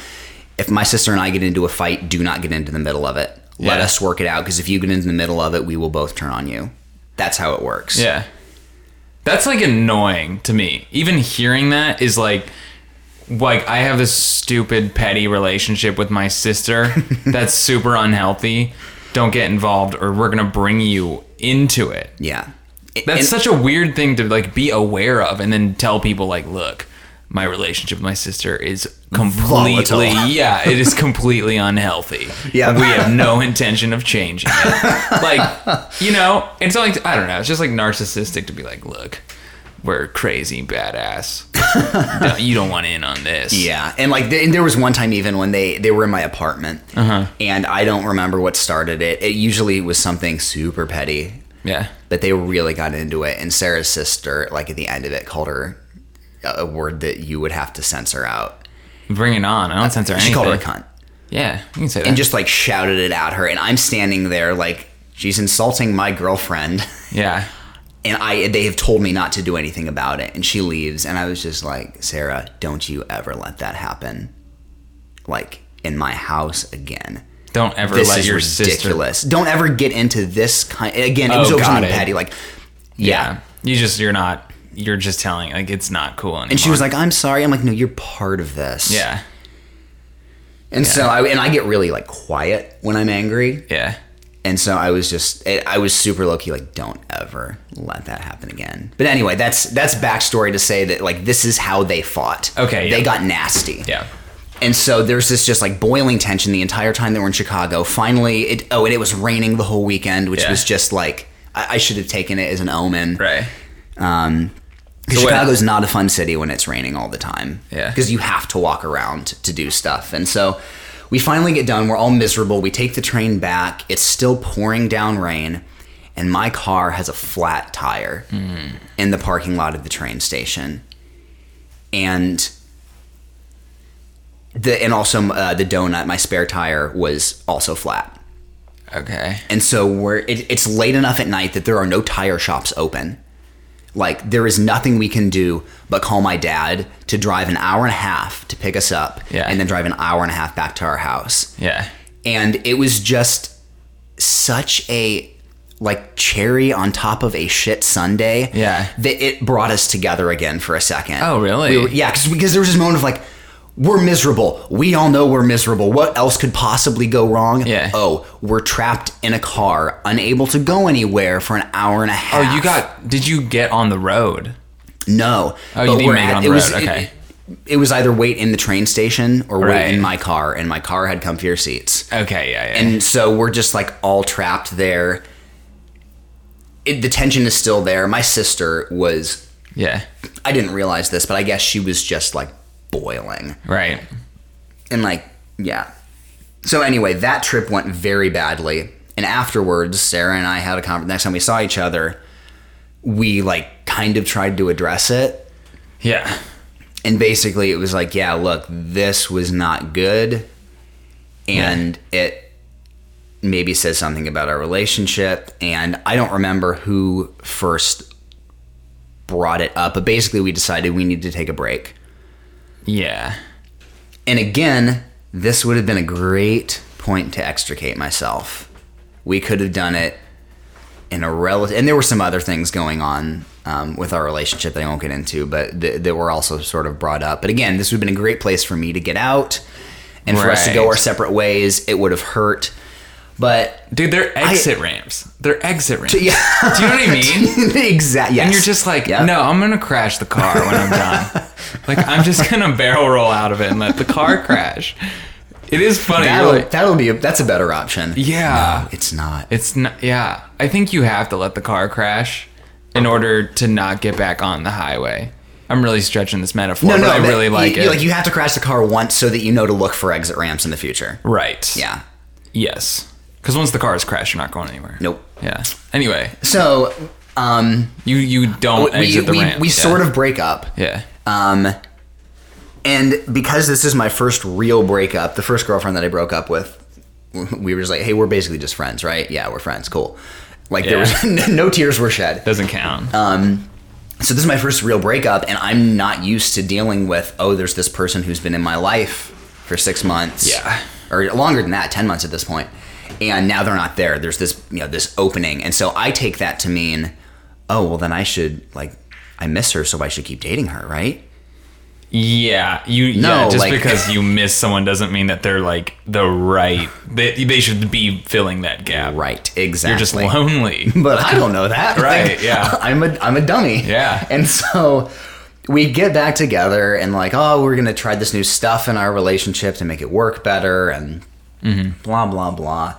[SPEAKER 4] if my sister and I get into a fight do not get into the middle of it let
[SPEAKER 3] Yeah.
[SPEAKER 4] us work it out because if you get into the middle of it we will both turn on you that's how it works
[SPEAKER 3] Yeah. That's like annoying to me. Even hearing that is like like I have this stupid petty relationship with my sister that's super unhealthy. Don't get involved or we're going to bring you into it.
[SPEAKER 4] yeah It-
[SPEAKER 3] That's
[SPEAKER 4] and-
[SPEAKER 3] such a weird thing to like be aware of and then tell people like, "Look, my relationship with my sister is completely
[SPEAKER 4] Volatile.
[SPEAKER 3] yeah, it is completely unhealthy.
[SPEAKER 4] Yeah.
[SPEAKER 3] we have no intention of changing it. Like, you know, it's not like I don't know. It's just like narcissistic to be like, look, we're crazy badass. No, you don't want in on this.
[SPEAKER 4] yeah and like th- and there was one time even when they they were in my apartment
[SPEAKER 3] Uh-huh.
[SPEAKER 4] and I don't remember what started it it usually was something super petty
[SPEAKER 3] yeah,
[SPEAKER 4] but they really got into it and Sarah's sister like at the end of it called her a a word that you would have to censor out
[SPEAKER 3] bring it on. I don't censor anything.
[SPEAKER 4] she called her a cunt
[SPEAKER 3] Yeah, you can say that.
[SPEAKER 4] and just like shouted it at her and i'm standing there like she's insulting my girlfriend
[SPEAKER 3] yeah,
[SPEAKER 4] and i they have told me not to do anything about it and she leaves and i was just like sarah don't you ever let that happen like in my house again
[SPEAKER 3] don't ever
[SPEAKER 4] this
[SPEAKER 3] let
[SPEAKER 4] is
[SPEAKER 3] your sister.
[SPEAKER 4] ridiculous don't ever get into this kind again it
[SPEAKER 3] Oh,
[SPEAKER 4] was over
[SPEAKER 3] got
[SPEAKER 4] something
[SPEAKER 3] it.
[SPEAKER 4] petty like yeah.
[SPEAKER 3] Yeah, you just you're not. You're just telling like it's not cool anymore.
[SPEAKER 4] and she was like i'm sorry i'm like no you're part of this
[SPEAKER 3] yeah,
[SPEAKER 4] and so i and i get really like quiet when i'm angry
[SPEAKER 3] yeah.
[SPEAKER 4] And so I was just, it, I was super low key, like, don't ever let that happen again. But anyway, that's that's backstory to say that like this is how they fought.
[SPEAKER 3] Okay,
[SPEAKER 4] they
[SPEAKER 3] yeah.
[SPEAKER 4] got nasty.
[SPEAKER 3] Yeah.
[SPEAKER 4] And so there's this just like boiling tension the entire time they were in Chicago. Finally, it oh, and it was raining the whole weekend, which
[SPEAKER 3] Yeah.
[SPEAKER 4] was just like I, I should have taken it as an omen.
[SPEAKER 3] Right.
[SPEAKER 4] Um, 'cause
[SPEAKER 3] So what-
[SPEAKER 4] Chicago's not a fun city when it's raining all the time.
[SPEAKER 3] Yeah.
[SPEAKER 4] Because you have to walk around to do stuff. And so we finally get done. We're all miserable. We take the train back. It's still pouring down rain. And my car has a flat tire
[SPEAKER 3] Hmm.
[SPEAKER 4] in the parking lot of the train station. And. The, and also uh, the donut, my spare tire was also flat.
[SPEAKER 3] Okay.
[SPEAKER 4] And so we're it, it's late enough at night that there are no tire shops open. Like there is nothing we can do but call my dad to drive an hour and a half to pick us up
[SPEAKER 3] Yeah.
[SPEAKER 4] and then drive an hour and a half back to our house.
[SPEAKER 3] Yeah.
[SPEAKER 4] And it was just such a like cherry on top of a shit Sunday.
[SPEAKER 3] Yeah.
[SPEAKER 4] That it brought us together again for a second.
[SPEAKER 3] Oh, really?
[SPEAKER 4] We were- yeah, cause, because there was this moment of like, we're miserable. We all know we're miserable. What else could possibly go wrong?
[SPEAKER 3] Yeah.
[SPEAKER 4] Oh, we're trapped in a car, unable to go anywhere for an hour and a
[SPEAKER 3] Oh,
[SPEAKER 4] half.
[SPEAKER 3] you got? Did you get on the road?
[SPEAKER 4] no.
[SPEAKER 3] Oh, you
[SPEAKER 4] but
[SPEAKER 3] didn't
[SPEAKER 4] we're
[SPEAKER 3] make it on the road, okay.
[SPEAKER 4] It, it was either wait in the train station or
[SPEAKER 3] Right.
[SPEAKER 4] wait in my car, and my car had comfier seats.
[SPEAKER 3] Okay. Yeah. Yeah.
[SPEAKER 4] And so we're just like all trapped there. It, the tension is still there. My sister was,
[SPEAKER 3] yeah.
[SPEAKER 4] I didn't realize this, but I guess she was just like boiling.
[SPEAKER 3] Right.
[SPEAKER 4] and like yeah so anyway that trip went very badly and afterwards sarah and i had a conversation next time we saw each other we like kind of tried to address it
[SPEAKER 3] Yeah.
[SPEAKER 4] and basically it was like yeah look this was not good and it maybe says something about our relationship and i don't remember who first brought it up but basically we decided we need to take a break
[SPEAKER 3] Yeah.
[SPEAKER 4] And again, this would have been a great point to extricate myself. We could have done it in a relative, and there were some other things going on um, with our relationship that I won't get into, but th- that were also sort of brought up. But again, this would have been a great place for me to get out and for us to go
[SPEAKER 3] Right.
[SPEAKER 4] our separate ways. It would have hurt, but
[SPEAKER 3] Dude, they're exit ramps. They're exit ramps.
[SPEAKER 4] yeah,
[SPEAKER 3] Do you know what I mean?
[SPEAKER 4] exactly. Yes.
[SPEAKER 3] And you're just like,
[SPEAKER 4] Yeah.
[SPEAKER 3] no, I'm gonna crash the car when I'm done. like I'm just gonna barrel roll out of it and let the car crash. It is funny.
[SPEAKER 4] that'll,
[SPEAKER 3] you're like,
[SPEAKER 4] that'll be a, that's a better option.
[SPEAKER 3] yeah.
[SPEAKER 4] It's not.
[SPEAKER 3] It's not. Yeah, I think you have to let the car crash in order to not get back on the highway. I'm really stretching this metaphor, but I
[SPEAKER 4] but
[SPEAKER 3] really
[SPEAKER 4] you-
[SPEAKER 3] like
[SPEAKER 4] you,
[SPEAKER 3] it.
[SPEAKER 4] Like you have to crash the car once so that you know to look for exit ramps in the future.
[SPEAKER 3] right.
[SPEAKER 4] Yeah.
[SPEAKER 3] Yes. Because once the car is crashed, you're not going anywhere.
[SPEAKER 4] Nope.
[SPEAKER 3] Yeah. Anyway,
[SPEAKER 4] So, um,
[SPEAKER 3] you you don't
[SPEAKER 4] we
[SPEAKER 3] exit the
[SPEAKER 4] we,
[SPEAKER 3] ramp.
[SPEAKER 4] we
[SPEAKER 3] yeah.
[SPEAKER 4] sort of break up.
[SPEAKER 3] Yeah.
[SPEAKER 4] Um, and because this is my first real breakup, the first girlfriend that I broke up with, we were just like, hey, we're basically just friends, right? Yeah, we're friends. Cool. Like there
[SPEAKER 3] Yeah.
[SPEAKER 4] was no tears were shed.
[SPEAKER 3] Doesn't count.
[SPEAKER 4] uh, so this is my first real breakup and i'm not used to dealing with oh there's this person who's been in my life for six months
[SPEAKER 3] Yeah.
[SPEAKER 4] or longer than that 10 months at this point and now they're not there there's this you know this opening and so i take that to mean oh well then i should like i miss her so i should keep dating her right
[SPEAKER 3] yeah. You
[SPEAKER 4] No,
[SPEAKER 3] yeah, just
[SPEAKER 4] like-
[SPEAKER 3] because you miss someone doesn't mean that they're like the right. They they should be filling that gap.
[SPEAKER 4] right exactly
[SPEAKER 3] You're just lonely.
[SPEAKER 4] but I don't know that.
[SPEAKER 3] Right,
[SPEAKER 4] Like,
[SPEAKER 3] yeah.
[SPEAKER 4] I'm a I'm a dummy.
[SPEAKER 3] Yeah.
[SPEAKER 4] And so we get back together and like, oh, we're gonna try this new stuff in our relationship to make it work better and
[SPEAKER 3] Mm-hmm.
[SPEAKER 4] blah blah blah.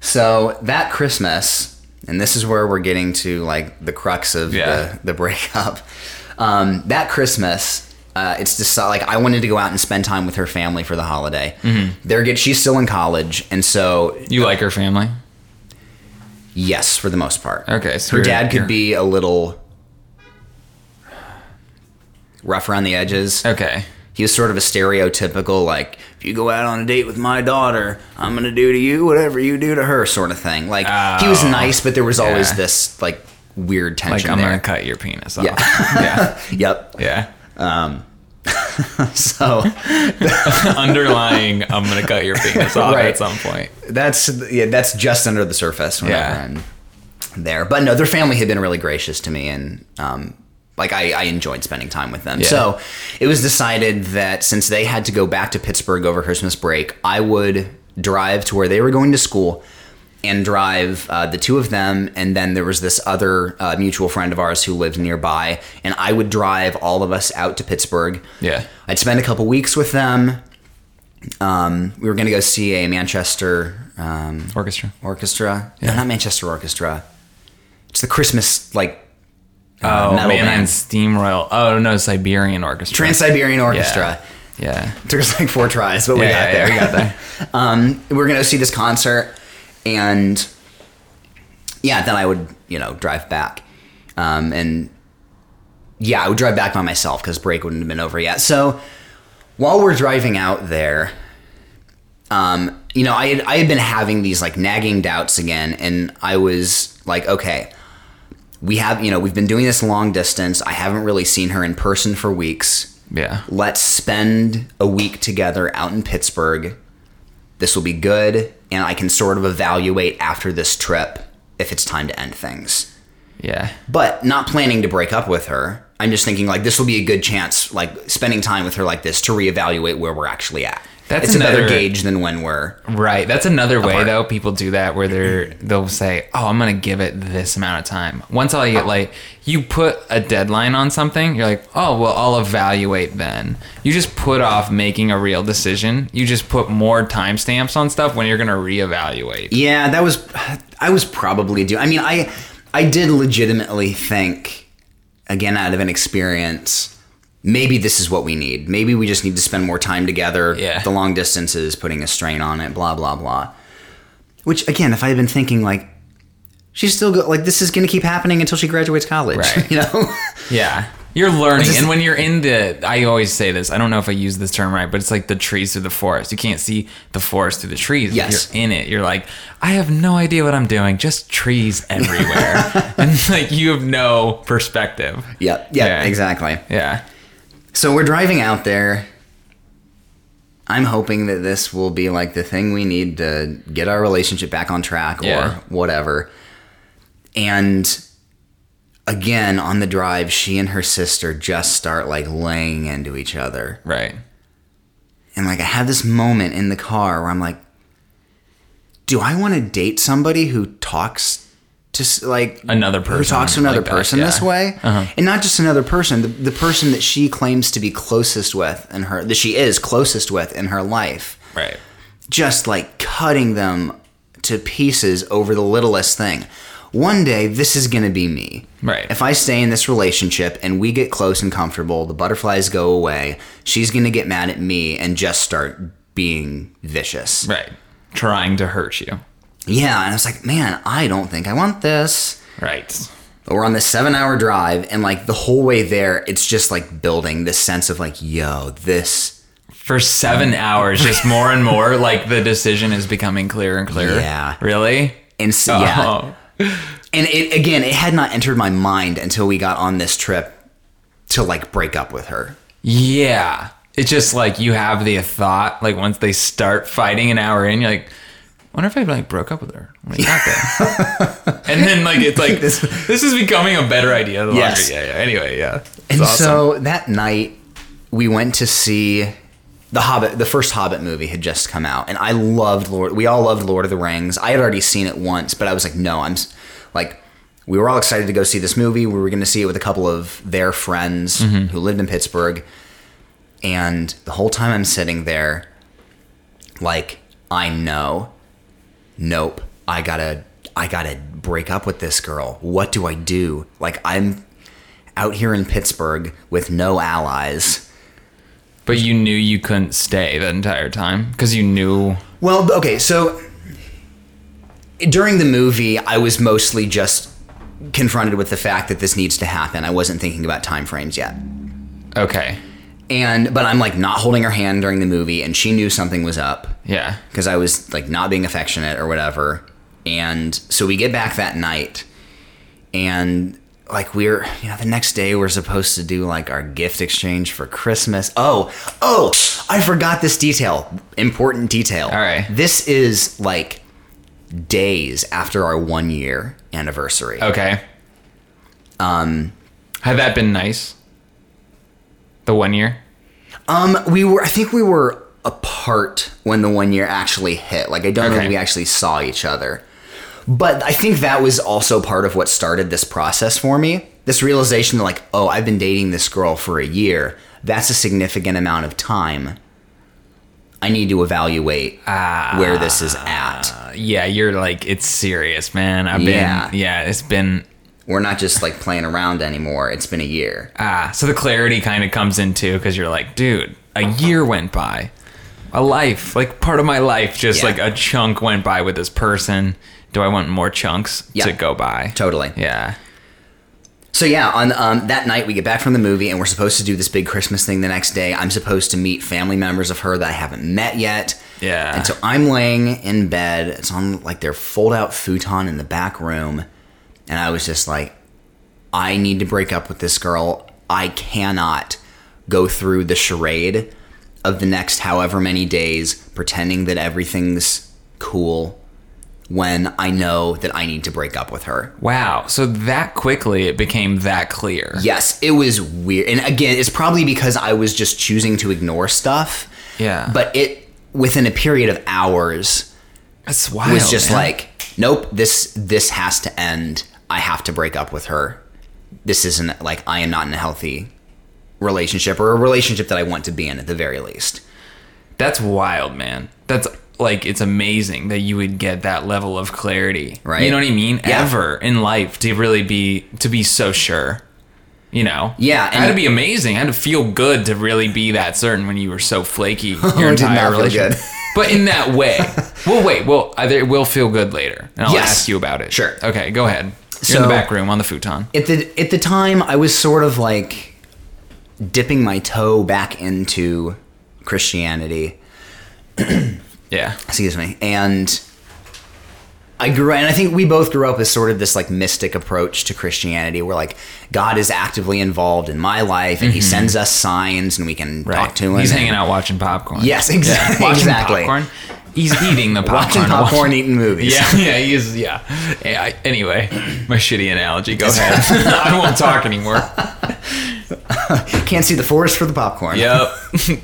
[SPEAKER 4] So that Christmas, and this is where we're getting to like the crux of
[SPEAKER 3] Yeah.
[SPEAKER 4] the, the breakup. Um, that Christmas. Uh, it's just uh, like I wanted to go out and spend time with her family for the holiday.
[SPEAKER 3] Mm-hmm.
[SPEAKER 4] They're get she's still in college, and so
[SPEAKER 3] You like her family?
[SPEAKER 4] yes, for the most part.
[SPEAKER 3] Okay. So
[SPEAKER 4] Her
[SPEAKER 3] you're-
[SPEAKER 4] dad
[SPEAKER 3] you're-
[SPEAKER 4] could be a little rough around the edges.
[SPEAKER 3] Okay.
[SPEAKER 4] He was sort of a stereotypical, like, if you go out on a date with my daughter, I'm going to do to you whatever you do to her sort of thing. Like, he was
[SPEAKER 3] Oh,
[SPEAKER 4] nice, but there was always
[SPEAKER 3] yeah.
[SPEAKER 4] this, like, weird
[SPEAKER 3] Like
[SPEAKER 4] tension
[SPEAKER 3] I'm
[SPEAKER 4] there.
[SPEAKER 3] gonna cut your penis off.
[SPEAKER 4] Yeah.
[SPEAKER 3] yeah.
[SPEAKER 4] Yep.
[SPEAKER 3] Yeah.
[SPEAKER 4] So
[SPEAKER 3] Underlying, I'm gonna cut your penis off
[SPEAKER 4] Right.
[SPEAKER 3] at some point.
[SPEAKER 4] that's, yeah, that's just under the surface. Whenever
[SPEAKER 3] Yeah.
[SPEAKER 4] I'm there. But no, their family had been really gracious to me and um, like I, I enjoyed spending time with them.
[SPEAKER 3] Yeah.
[SPEAKER 4] So it was decided that since they had to go back to Pittsburgh over Christmas break, I would drive to where they were going to school and drive uh, the two of them. And then there was this other uh, mutual friend of ours who lived nearby. And I would drive all of us out to Pittsburgh.
[SPEAKER 3] Yeah.
[SPEAKER 4] I'd spend a couple weeks with them. Um, we were going to go see a Manchester um,
[SPEAKER 3] Orchestra.
[SPEAKER 4] orchestra. No, not Manchester Orchestra. It's the Christmas like uh,
[SPEAKER 3] Oh,
[SPEAKER 4] metal
[SPEAKER 3] man, I'm
[SPEAKER 4] band.
[SPEAKER 3] steamroll. Oh, no, Siberian Orchestra.
[SPEAKER 4] Trans Siberian
[SPEAKER 3] Yeah.
[SPEAKER 4] Orchestra.
[SPEAKER 3] Yeah.
[SPEAKER 4] Took us like four tries, but we
[SPEAKER 3] Yeah, yeah,
[SPEAKER 4] got there.
[SPEAKER 3] yeah, we got there.
[SPEAKER 4] um, we we're gonna see this concert, and yeah, then I would you know drive back, um, and yeah, I would drive back by myself because break wouldn't have been over yet. So while we're driving out there, um, you know, I had, I had been having these like nagging doubts again, and I was like, okay, we have, you know, we've been doing this long distance. I haven't really seen her in person for weeks.
[SPEAKER 3] Yeah.
[SPEAKER 4] Let's spend a week together out in Pittsburgh. This will be good, and I can sort of evaluate after this trip if it's time to end things.
[SPEAKER 3] Yeah.
[SPEAKER 4] But not planning to break up with her. I'm just thinking like this will be a good chance, like spending time with her like this to reevaluate where we're actually at.
[SPEAKER 3] That's
[SPEAKER 4] it's a better
[SPEAKER 3] another-
[SPEAKER 4] gauge than when we're
[SPEAKER 3] Right. That's another way
[SPEAKER 4] Apart.
[SPEAKER 3] though. People do that where they're they'll say, "Oh, I'm gonna give it this amount of time." Once I get like you put a deadline on something, you're like, "Oh, well, I'll evaluate then." You just put off making a real decision. You just put more timestamps on stuff when you're gonna reevaluate.
[SPEAKER 4] Yeah, that was I was probably do. I mean, I I did legitimately think again out of an experience maybe this is what we need. Maybe we just need to spend more time together.
[SPEAKER 3] Yeah.
[SPEAKER 4] The long distances putting a strain on it, blah blah blah. Which again, if I had been thinking like she's still go- like this is going to keep happening until she graduates college,
[SPEAKER 3] Right.
[SPEAKER 4] you know.
[SPEAKER 3] Yeah. You're learning,
[SPEAKER 4] This is-
[SPEAKER 3] and when you're in the, I always say this. I don't know if I use this term right, but it's like the trees through the forest. You can't see the forest through the trees.
[SPEAKER 4] Yes.
[SPEAKER 3] If you're in it, you're like, I have no idea what I'm doing. Just trees everywhere, and like you have no perspective.
[SPEAKER 4] yep. Yeah,
[SPEAKER 3] Yeah.
[SPEAKER 4] exactly.
[SPEAKER 3] Yeah.
[SPEAKER 4] So we're driving out there. I'm hoping that this will be like the thing we need to get our relationship back on track or
[SPEAKER 3] Yeah.
[SPEAKER 4] whatever. And again, on the drive, she and her sister just start like laying into each other.
[SPEAKER 3] Right.
[SPEAKER 4] And like I have this moment in the car where I'm like, do I want to date somebody who talks to s- like
[SPEAKER 3] Another
[SPEAKER 4] who
[SPEAKER 3] person
[SPEAKER 4] talks to another
[SPEAKER 3] like that,
[SPEAKER 4] person
[SPEAKER 3] yeah. Uh-huh.
[SPEAKER 4] this way, and not just another person, the, the person that she claims to be closest with in her that she is closest with in her life,
[SPEAKER 3] Right.
[SPEAKER 4] just like cutting them to pieces over the littlest thing. One day, this is going to be me.
[SPEAKER 3] Right.
[SPEAKER 4] If I stay in this relationship and we get close and comfortable, the butterflies go away, she's going to get mad at me and just start being vicious.
[SPEAKER 3] Right. Trying to hurt you.
[SPEAKER 4] Yeah. And I was like, man, I don't think I want this.
[SPEAKER 3] Right.
[SPEAKER 4] But we're on this seven hour drive, and like the whole way there, it's just like building this sense of like, yo, this.
[SPEAKER 3] For
[SPEAKER 4] Mm.
[SPEAKER 3] seven hours, just more and more, like the decision is becoming clearer and clearer.
[SPEAKER 4] Yeah.
[SPEAKER 3] Really?
[SPEAKER 4] And s- yeah,
[SPEAKER 3] Oh.
[SPEAKER 4] and it again, it had not entered my mind until we got on this trip to like break up with her.
[SPEAKER 3] Yeah. It's just like you have the thought, like once they start fighting an hour in, you're like, wonder if I like broke up with her when we got there. and then like it's like this this is becoming a better idea the longer.
[SPEAKER 4] Yes.
[SPEAKER 3] Yeah, yeah. Anyway, yeah. It's
[SPEAKER 4] And
[SPEAKER 3] awesome.
[SPEAKER 4] so that night, we went to see the Hobbit. The first Hobbit movie had just come out, and I loved Lord. We all loved Lord of the Rings. I had already seen it once, but I was like, no, I'm s- like, we were all excited to go see this movie. We were going to see it with a couple of their friends
[SPEAKER 3] Mm-hmm.
[SPEAKER 4] who lived in Pittsburgh, and the whole time I'm sitting there, like, I know, nope, I gotta. I gotta break up with this girl. What do I do? Like, I'm out here in Pittsburgh with no allies.
[SPEAKER 3] But you knew you couldn't stay the entire time because you knew.
[SPEAKER 4] Well, okay, so during the movie, I was mostly just confronted with the fact that this needs to happen. I wasn't thinking about timeframes yet.
[SPEAKER 3] Okay.
[SPEAKER 4] And but I'm like not holding her hand during the movie and she knew something was up
[SPEAKER 3] Yeah.
[SPEAKER 4] because I was like not being affectionate or whatever. And so we get back that night and like we're you know the next day we're supposed to do like our gift exchange for Christmas. Oh, oh, I forgot this detail. Important detail. All
[SPEAKER 3] right.
[SPEAKER 4] This is like days after our 1 year anniversary.
[SPEAKER 3] Okay. Um, had that been nice? The one year.
[SPEAKER 4] Um we were I think we were apart when the 1 year actually hit. Like I don't
[SPEAKER 3] Okay.
[SPEAKER 4] think we actually saw each other. But I think that was also part of what started this process for me. This realization that, like, oh, I've been dating this girl for a year. That's a significant amount of time. I need to evaluate where this is at.
[SPEAKER 3] yeah, you're like it's serious, man. I've
[SPEAKER 4] Yeah.
[SPEAKER 3] been yeah, it's been
[SPEAKER 4] We're not just like playing around anymore. It's been a year.
[SPEAKER 3] ah. So the clarity kind of comes in too because you're like, dude, a year went by, a life like part of my life just
[SPEAKER 4] Yeah.
[SPEAKER 3] like a chunk went by with this person. Do I want more chunks
[SPEAKER 4] Yeah.
[SPEAKER 3] to go by?
[SPEAKER 4] Totally.
[SPEAKER 3] Yeah.
[SPEAKER 4] So yeah, on um, that night we get back from the movie and we're supposed to do this big Christmas thing the next day. I'm supposed to meet family members of her that I haven't met yet.
[SPEAKER 3] Yeah.
[SPEAKER 4] And so I'm laying in bed. It's on like their fold out futon in the back room. And I was just like, I need to break up with this girl. I cannot go through the charade of the next however many days pretending that everything's cool when I know that I need to break up with her.
[SPEAKER 3] wow. So that quickly it became that clear.
[SPEAKER 4] Yes, it was weird. And again, it's probably because I was just choosing to ignore stuff.
[SPEAKER 3] Yeah.
[SPEAKER 4] But it, within a period of hours,
[SPEAKER 3] That's wild.
[SPEAKER 4] was just
[SPEAKER 3] man.
[SPEAKER 4] like, nope, this this has to end. I have to break up with her. This isn't like I am not in a healthy relationship or a relationship that I want to be in at the very least.
[SPEAKER 3] That's wild, man. That's like it's amazing that you would get that level of clarity.
[SPEAKER 4] Right.
[SPEAKER 3] You know what I mean?
[SPEAKER 4] Yeah.
[SPEAKER 3] Ever in life to really be to be so sure. You know?
[SPEAKER 4] Yeah,
[SPEAKER 3] And
[SPEAKER 4] and-
[SPEAKER 3] it'd be amazing. I had to feel good to really be that certain when you were so flaky your
[SPEAKER 4] It did not
[SPEAKER 3] entire
[SPEAKER 4] feel
[SPEAKER 3] relationship.
[SPEAKER 4] good.
[SPEAKER 3] but in that way. Well wait, well I- it will feel good later. And I'll
[SPEAKER 4] Yes.
[SPEAKER 3] ask you about it.
[SPEAKER 4] Sure.
[SPEAKER 3] Okay, go ahead. You're in
[SPEAKER 4] So-
[SPEAKER 3] the back room on the futon.
[SPEAKER 4] At the at the time, I was sort of like dipping my toe back into Christianity.
[SPEAKER 3] Yeah.
[SPEAKER 4] excuse me and i grew and i think we both grew up as sort of this like mystic approach to christianity where like god is actively involved in my life and he sends us signs and we can talk to him
[SPEAKER 3] Mm-hmm. He's
[SPEAKER 4] and-
[SPEAKER 3] hanging out watching popcorn.
[SPEAKER 4] yes exactly
[SPEAKER 3] Watching
[SPEAKER 4] exactly
[SPEAKER 3] popcorn. He's eating the popcorn.
[SPEAKER 4] watching
[SPEAKER 3] while-
[SPEAKER 4] popcorn eating movies
[SPEAKER 3] Yeah, yeah, he is. Yeah. yeah I- anyway, my shitty analogy. Go ahead. I won't talk anymore.
[SPEAKER 4] can't see the forest for the popcorn
[SPEAKER 3] Yep.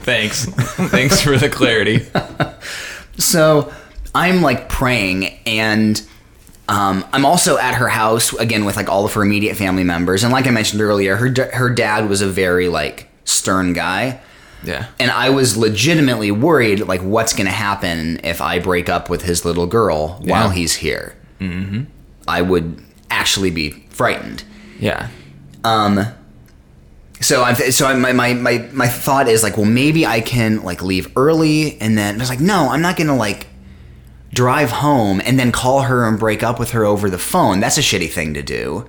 [SPEAKER 3] Thanks. Thanks for the clarity.
[SPEAKER 4] so I'm like praying, and um, I'm also at her house again with like all of her immediate family members. And like I mentioned earlier, her da- her dad was a very like stern guy.
[SPEAKER 3] Yeah.
[SPEAKER 4] And I was legitimately worried, like, what's going to happen if I break up with his little girl while
[SPEAKER 3] Yeah.
[SPEAKER 4] he's here? Mm-hmm. I would actually be frightened. Um,
[SPEAKER 3] Yeah.
[SPEAKER 4] So I'm so I, my, my my my thought is like, well, maybe I can like leave early, and then I was like, no, I'm not gonna like drive home and then call her and break up with her over the phone. That's a shitty thing to do.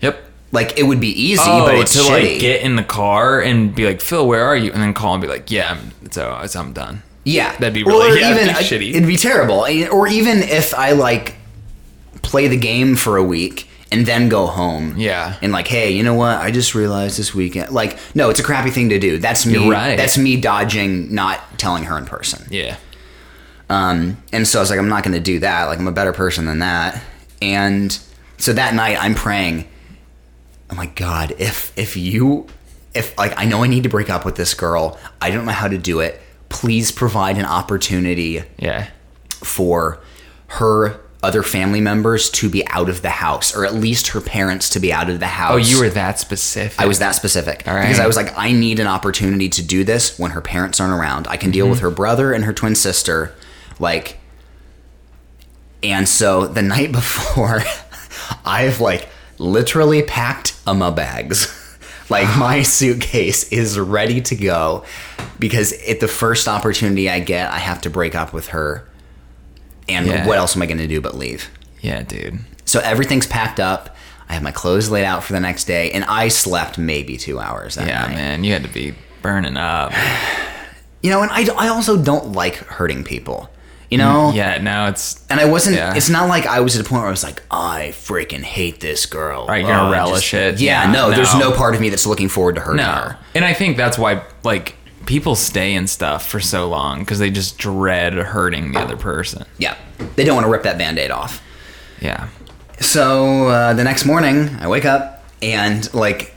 [SPEAKER 3] Yep.
[SPEAKER 4] Like it would be easy, but it's
[SPEAKER 3] Oh, to
[SPEAKER 4] shitty.
[SPEAKER 3] like get in the car and be like, Phil, where are you? And then call and be like, Yeah, I'm, it's, uh, it's I'm done.
[SPEAKER 4] yeah,
[SPEAKER 3] That'd be
[SPEAKER 4] Well,
[SPEAKER 3] really-
[SPEAKER 4] or
[SPEAKER 3] yeah,
[SPEAKER 4] even,
[SPEAKER 3] that'd be shitty.
[SPEAKER 4] It'd be terrible. Or even if I like play the game for a week and then go home.
[SPEAKER 3] Yeah.
[SPEAKER 4] And like, hey, you know what? I just realized this weekend. Like, no, it's a crappy thing to do. That's me.
[SPEAKER 3] You're right.
[SPEAKER 4] That's me dodging not telling her in person.
[SPEAKER 3] Yeah.
[SPEAKER 4] Um, and so I was like, I'm not going to do that. Like, I'm a better person than that. And so that night, I'm praying. I'm like, God, if if you, if like, I know I need to break up with this girl. I don't know how to do it. Please provide an opportunity
[SPEAKER 3] Yeah.
[SPEAKER 4] for her other family members to be out of the house, or at least her parents to be out of the house.
[SPEAKER 3] Oh, you were that specific.
[SPEAKER 4] I was that specific
[SPEAKER 3] right.
[SPEAKER 4] because I was like, I need an opportunity to do this when her parents aren't around. I can deal
[SPEAKER 3] Mm-hmm.
[SPEAKER 4] with her brother and her twin sister, like. And so the night before, I've like literally packed uh, my bags. Like my suitcase is ready to go because at the first opportunity I get, I have to break up with her. And
[SPEAKER 3] Yeah.
[SPEAKER 4] what else am I going to do but leave?
[SPEAKER 3] Yeah, dude.
[SPEAKER 4] So everything's packed up. I have my clothes laid out for the next day, and I slept maybe two hours that
[SPEAKER 3] Yeah,
[SPEAKER 4] night.
[SPEAKER 3] man. You had to be burning up.
[SPEAKER 4] You know, and I, I also don't like hurting people. You know?
[SPEAKER 3] Mm, Yeah, now it's.
[SPEAKER 4] And I wasn't.
[SPEAKER 3] Yeah.
[SPEAKER 4] It's not like I was at a point where I was like, I freaking hate this girl.
[SPEAKER 3] Right, you're gonna
[SPEAKER 4] Oh,
[SPEAKER 3] relish it.
[SPEAKER 4] Yeah,
[SPEAKER 3] Yeah,
[SPEAKER 4] no, there's
[SPEAKER 3] no.
[SPEAKER 4] no part of me that's looking forward to hurting her.
[SPEAKER 3] And I think that's why like people stay in stuff for so long because they just dread hurting the other person.
[SPEAKER 4] Yeah, they don't want to rip that band-aid off.
[SPEAKER 3] Yeah.
[SPEAKER 4] So uh, the next morning, I wake up and like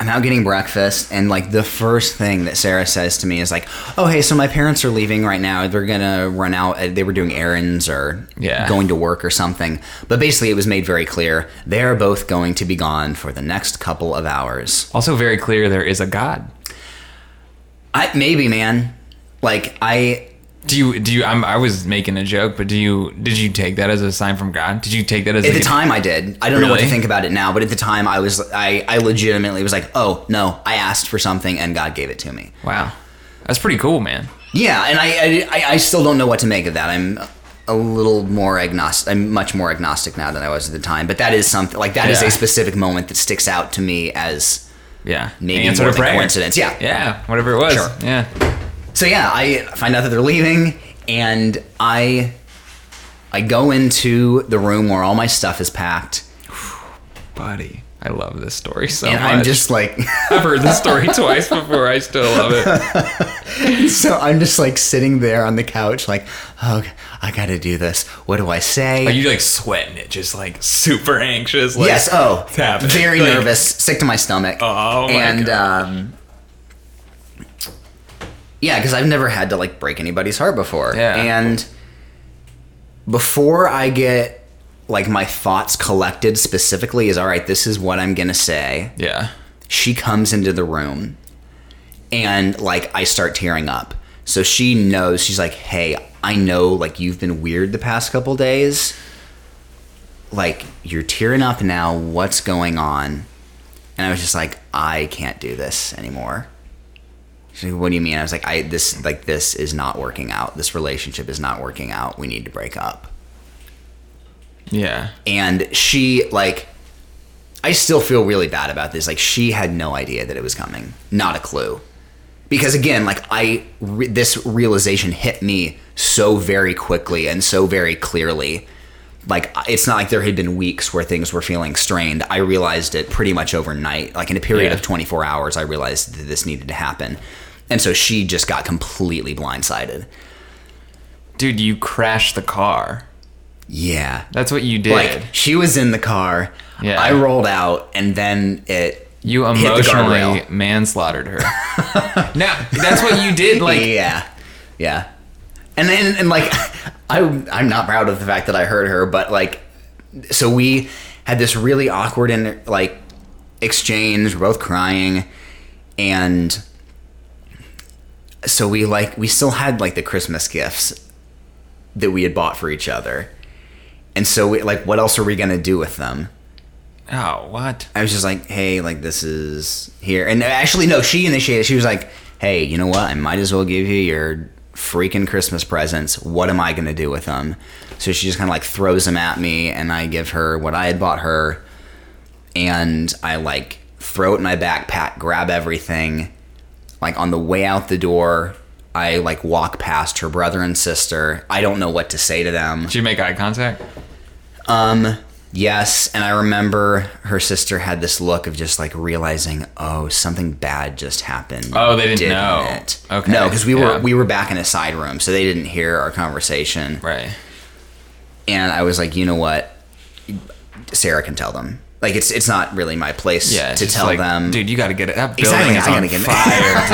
[SPEAKER 4] I'm out getting breakfast, and like the first thing that Sarah says to me is like, "Oh, hey, so my parents are leaving right now. They're gonna run out. Uh, They were doing errands or
[SPEAKER 3] Yeah.
[SPEAKER 4] going to work or something." But basically, it was made very clear they are both going to be gone for the next couple of hours.
[SPEAKER 3] Also, very clear there is a God.
[SPEAKER 4] I maybe, man. Like I,
[SPEAKER 3] Do you? Do you? I'm, I was making a joke, but do you? Did you take that as a sign from God? Did you take that as
[SPEAKER 4] at
[SPEAKER 3] like
[SPEAKER 4] the time I did. I don't know what to
[SPEAKER 3] Really?
[SPEAKER 4] think about it now, but at the time I was, I, I legitimately was like, "Oh no, I asked for something and God gave it to me."
[SPEAKER 3] A, wow, that's pretty cool, man.
[SPEAKER 4] Yeah, and I, I, I- I still don't know what to make of that. I'm a little more agnostic. I'm much more agnostic now than I was at the time. But that is something like that is
[SPEAKER 3] Yeah.
[SPEAKER 4] a specific moment that sticks out to me as
[SPEAKER 3] Yeah,
[SPEAKER 4] maybe
[SPEAKER 3] answer
[SPEAKER 4] more
[SPEAKER 3] to
[SPEAKER 4] than
[SPEAKER 3] prayer.
[SPEAKER 4] coincidence. Yeah.
[SPEAKER 3] Yeah, whatever it was.
[SPEAKER 4] Sure.
[SPEAKER 3] Yeah,
[SPEAKER 4] So yeah, I find out that they're leaving, and I, I go into the room where all my stuff is packed,
[SPEAKER 3] buddy, I love this story so
[SPEAKER 4] and
[SPEAKER 3] much.
[SPEAKER 4] I'm just like.
[SPEAKER 3] I've heard this story twice before. I still love it.
[SPEAKER 4] So I'm just like sitting there on the couch, like, oh, I gotta do this. What do I say?
[SPEAKER 3] Are you like sweating it, just like super anxious? Like,
[SPEAKER 4] yes. Oh,
[SPEAKER 3] it's happening.
[SPEAKER 4] very
[SPEAKER 3] Like-
[SPEAKER 4] nervous, sick to my stomach.
[SPEAKER 3] Oh, my
[SPEAKER 4] and
[SPEAKER 3] God.
[SPEAKER 4] um, yeah, because I've never had to like break anybody's heart before.
[SPEAKER 3] Yeah.
[SPEAKER 4] And before I get like my thoughts collected specifically, is all right. This is what I'm gonna say.
[SPEAKER 3] Yeah.
[SPEAKER 4] She comes into the room, and like I start tearing up. So she knows. She's like, "Hey, I know like you've been weird the past couple days." like you're tearing up now what's going on and i was just like i can't do this anymore she's like what do you mean i was like i this like this is not working out this relationship is not working out we need to break up
[SPEAKER 3] Yeah.
[SPEAKER 4] and she like i still feel really bad about this like she had no idea that it was coming not a clue because again like i re- this realization hit me so very quickly and so very clearly like it's not like there had been weeks where things were feeling strained i realized it pretty much overnight like in a period
[SPEAKER 3] Yeah.
[SPEAKER 4] of 24 hours i realized that this needed to happen and so she just got completely blindsided
[SPEAKER 3] Dude, you crashed the car.
[SPEAKER 4] yeah
[SPEAKER 3] That's what you did.
[SPEAKER 4] Like she was in the car.
[SPEAKER 3] Yeah.
[SPEAKER 4] I rolled out, and then it.
[SPEAKER 3] you
[SPEAKER 4] hit the
[SPEAKER 3] emotionally
[SPEAKER 4] guardrail.
[SPEAKER 3] manslaughtered her. no, that's what you did. Like,
[SPEAKER 4] yeah, yeah, and then and like I I'm not proud of the fact that I hurt her, but like so we had this really awkward and like exchange. We're both crying, and so we like we still had like the Christmas gifts that we had bought for each other, and so we like what else are we gonna do with them?
[SPEAKER 3] oh, what?
[SPEAKER 4] I was just like, hey, like this is here. And actually, no, she initiated. She was like, hey, you know what? I might as well give you your freaking Christmas presents. What am I gonna do with them? So she just kind of like throws them at me, and I give her what I had bought her, and I like throw it in my backpack, grab everything. Like on the way out the door, I like walk past her brother and sister. I don't know what to say to them.
[SPEAKER 3] Did you make eye contact?
[SPEAKER 4] Um, Yes, and I remember her sister had this look of just like realizing, oh, something bad just happened.
[SPEAKER 3] Oh, they didn't know. Okay,
[SPEAKER 4] No, because we
[SPEAKER 3] yeah.
[SPEAKER 4] were we were back in a side room, so they didn't hear our conversation.
[SPEAKER 3] Right.
[SPEAKER 4] And I was like, you know what, Sarah can tell them. Like it's it's not really my place
[SPEAKER 3] Yeah. it's
[SPEAKER 4] to
[SPEAKER 3] just
[SPEAKER 4] tell
[SPEAKER 3] like,
[SPEAKER 4] them.
[SPEAKER 3] Dude, you got to get it. That
[SPEAKER 4] Exactly,
[SPEAKER 3] building is
[SPEAKER 4] I
[SPEAKER 3] on
[SPEAKER 4] gotta get-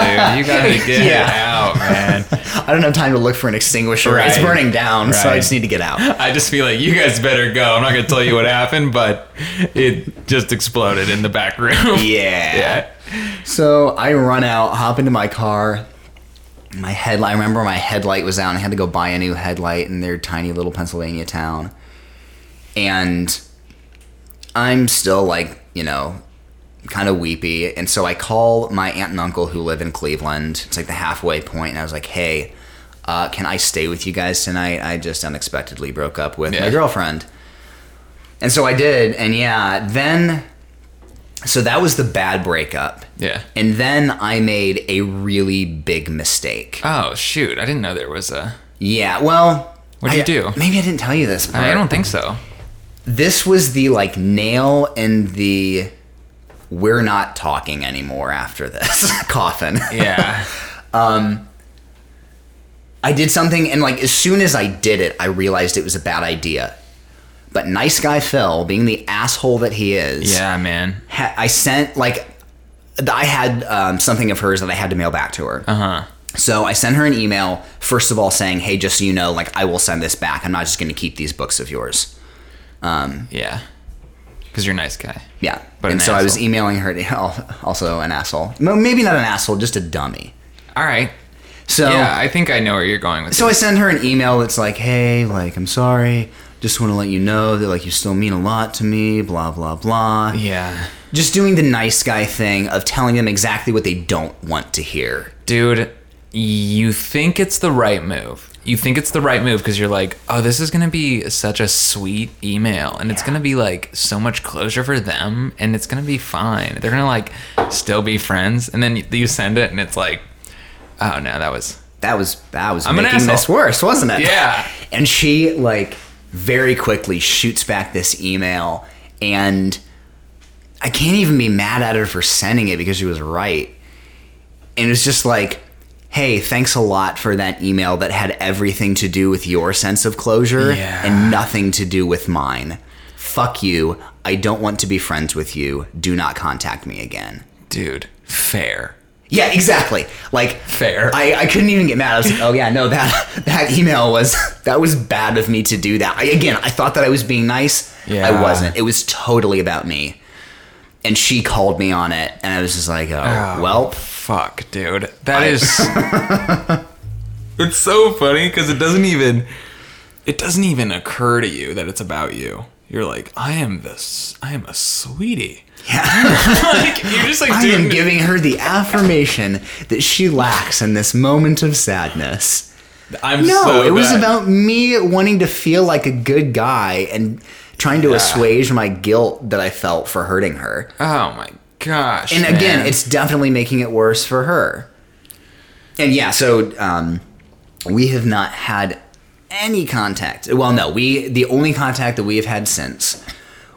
[SPEAKER 3] fire, dude. You got to get it
[SPEAKER 4] Yeah.
[SPEAKER 3] out, man.
[SPEAKER 4] I don't have time to look for an extinguisher. It's
[SPEAKER 3] Right.
[SPEAKER 4] burning down, so I
[SPEAKER 3] Right.
[SPEAKER 4] just need to get out.
[SPEAKER 3] I just feel like you guys better go. I'm not going to tell you what happened, but it just exploded in the back room.
[SPEAKER 4] Yeah.
[SPEAKER 3] Yeah.
[SPEAKER 4] So I run out, hop into my car. My headlight. I remember my headlight was out. And I had to go buy a new headlight in their tiny little Pennsylvania town. And I'm still like, you know, kind of weepy. And so I call my aunt and uncle who live in Cleveland. It's like the halfway point, and I was like, hey. Uh, can I stay with you guys tonight? I just unexpectedly broke up with my
[SPEAKER 3] Yeah.
[SPEAKER 4] girlfriend. And so I did. And yeah, then. So that was the bad breakup.
[SPEAKER 3] Yeah.
[SPEAKER 4] And then I made a really big mistake.
[SPEAKER 3] Oh, shoot. I didn't know there was a.
[SPEAKER 4] Yeah, well.
[SPEAKER 3] What'd
[SPEAKER 4] I-
[SPEAKER 3] you do?
[SPEAKER 4] Maybe I didn't tell you this. Part.
[SPEAKER 3] I don't think so.
[SPEAKER 4] This was the like nail in the we're not talking anymore after this coffin.
[SPEAKER 3] Yeah.
[SPEAKER 4] I did something, and like as soon as I did it, I realized it was a bad idea. But nice guy Phil, being the asshole that he is,
[SPEAKER 3] yeah, man.
[SPEAKER 4] ha- I sent like I had um, something of hers that I had to mail back to her. Uh
[SPEAKER 3] Uh-huh.
[SPEAKER 4] huh. So I sent her an email, first of all, saying, "Hey, just so you know, like I will send this back. I'm not just going to keep these books of yours."
[SPEAKER 3] Yeah. Because you're a nice guy.
[SPEAKER 4] Yeah.
[SPEAKER 3] But an
[SPEAKER 4] and so I was
[SPEAKER 3] asshole.
[SPEAKER 4] emailing her, al- also an asshole. No, Maybe not an asshole, just a dummy.
[SPEAKER 3] All right.
[SPEAKER 4] So
[SPEAKER 3] yeah, I think I know where you're going with
[SPEAKER 4] Oh. so I
[SPEAKER 3] this.
[SPEAKER 4] send her an email that's like, "Hey, like I'm sorry. Just want to let you know that like you still mean a lot to me. Blah blah blah."
[SPEAKER 3] yeah.
[SPEAKER 4] Just doing the nice guy thing of telling them exactly what they don't want to hear.
[SPEAKER 3] Dude, you think it's the right move. You think it's the right move because you're like, oh, this is going to be such a sweet email and it's going to be like so much closure for them and it's going to be fine. They're going to like still be friends. And then you, you send it and it's like, oh, no, that was.
[SPEAKER 4] That was that was
[SPEAKER 3] I'm an
[SPEAKER 4] making this
[SPEAKER 3] asshole.
[SPEAKER 4] worse, wasn't it?
[SPEAKER 3] Yeah.
[SPEAKER 4] And she like very quickly shoots back this email and I can't even be mad at her for sending it because she was right. And it's just like, "Hey, thanks a lot for that email that had everything to do with your sense of closure
[SPEAKER 3] Yeah.
[SPEAKER 4] and nothing to do with mine. Fuck you. I don't want to be friends with you. Do not contact me again."
[SPEAKER 3] Dude, fair.
[SPEAKER 4] Yeah, exactly. Like
[SPEAKER 3] Fair.
[SPEAKER 4] I, I couldn't even get mad. I was like, oh yeah, no that that email was that was bad of me to do that. I, again, I thought that I was being nice.
[SPEAKER 3] Yeah.
[SPEAKER 4] I wasn't. It was totally about me. And she called me on it, and I was just like, oh, well,
[SPEAKER 3] Fuck, dude. that is. it's so funny because it doesn't even. It doesn't even occur to you that it's about you. You're like, I am this. I am a sweetie. Yeah. like, you're just like,
[SPEAKER 4] I
[SPEAKER 3] dude.
[SPEAKER 4] am giving her the affirmation that she lacks in this moment of sadness.
[SPEAKER 3] I'm
[SPEAKER 4] No,
[SPEAKER 3] so
[SPEAKER 4] it was
[SPEAKER 3] bad.
[SPEAKER 4] about me wanting to feel like a good guy and trying to assuage my guilt that I felt for hurting her.
[SPEAKER 3] Oh my gosh.
[SPEAKER 4] and again,
[SPEAKER 3] man.
[SPEAKER 4] it's definitely making it worse for her. And yeah, so um, we have not had any contact. Well, no, we the only contact that we have had since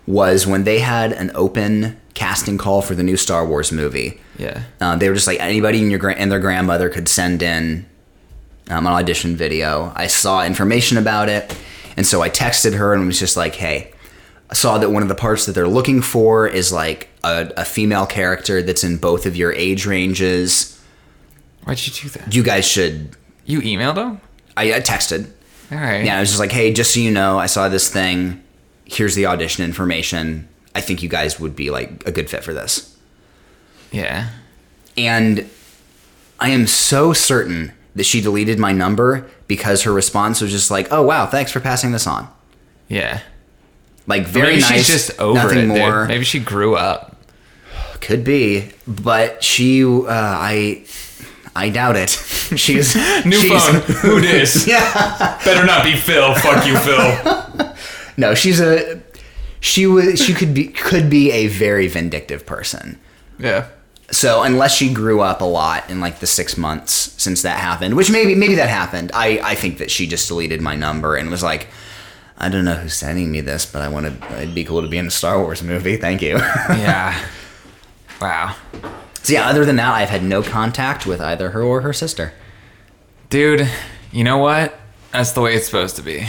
[SPEAKER 4] was when they had an open casting call for the new Star Wars movie.
[SPEAKER 3] Yeah.
[SPEAKER 4] Uh, they were just like anybody in your gra- and their grandmother could send in um, an audition video. I saw information about it, and so I texted her and was just like, "Hey, I saw that one of the parts that they're looking for is like a, a female character that's in both of your age ranges.
[SPEAKER 3] Why'd you do that?
[SPEAKER 4] You guys should."
[SPEAKER 3] You emailed him?
[SPEAKER 4] I, I texted.
[SPEAKER 3] All right.
[SPEAKER 4] Yeah, I was just like, "Hey, just so you know, I saw this thing. Here's the audition information. I think you guys would be like a good fit for this."
[SPEAKER 3] Yeah.
[SPEAKER 4] And I am so certain that she deleted my number because her response was just like, "Oh wow, thanks for passing this on."
[SPEAKER 3] Yeah.
[SPEAKER 4] Like very
[SPEAKER 3] Maybe
[SPEAKER 4] nice,
[SPEAKER 3] she's just over
[SPEAKER 4] nothing
[SPEAKER 3] it. dude.
[SPEAKER 4] more.
[SPEAKER 3] Maybe she grew up.
[SPEAKER 4] Could be, but she, uh, I, I doubt it. She's
[SPEAKER 3] New
[SPEAKER 4] she's-
[SPEAKER 3] phone. Who dis?
[SPEAKER 4] Yeah,
[SPEAKER 3] Better not be Phil. Fuck you, Phil.
[SPEAKER 4] no, she's a she was she could be could be a very vindictive person.
[SPEAKER 3] yeah.
[SPEAKER 4] So unless she grew up a lot in like the six months since that happened, which maybe maybe that happened, I I think that she just deleted my number and was like, I don't know who's sending me this, but I want to. It'd be cool to be in a Star Wars movie. Thank you.
[SPEAKER 3] Yeah. Wow.
[SPEAKER 4] so yeah, other than that, I've had no contact with either her or her sister.
[SPEAKER 3] Dude, you know what? That's the way it's supposed to be.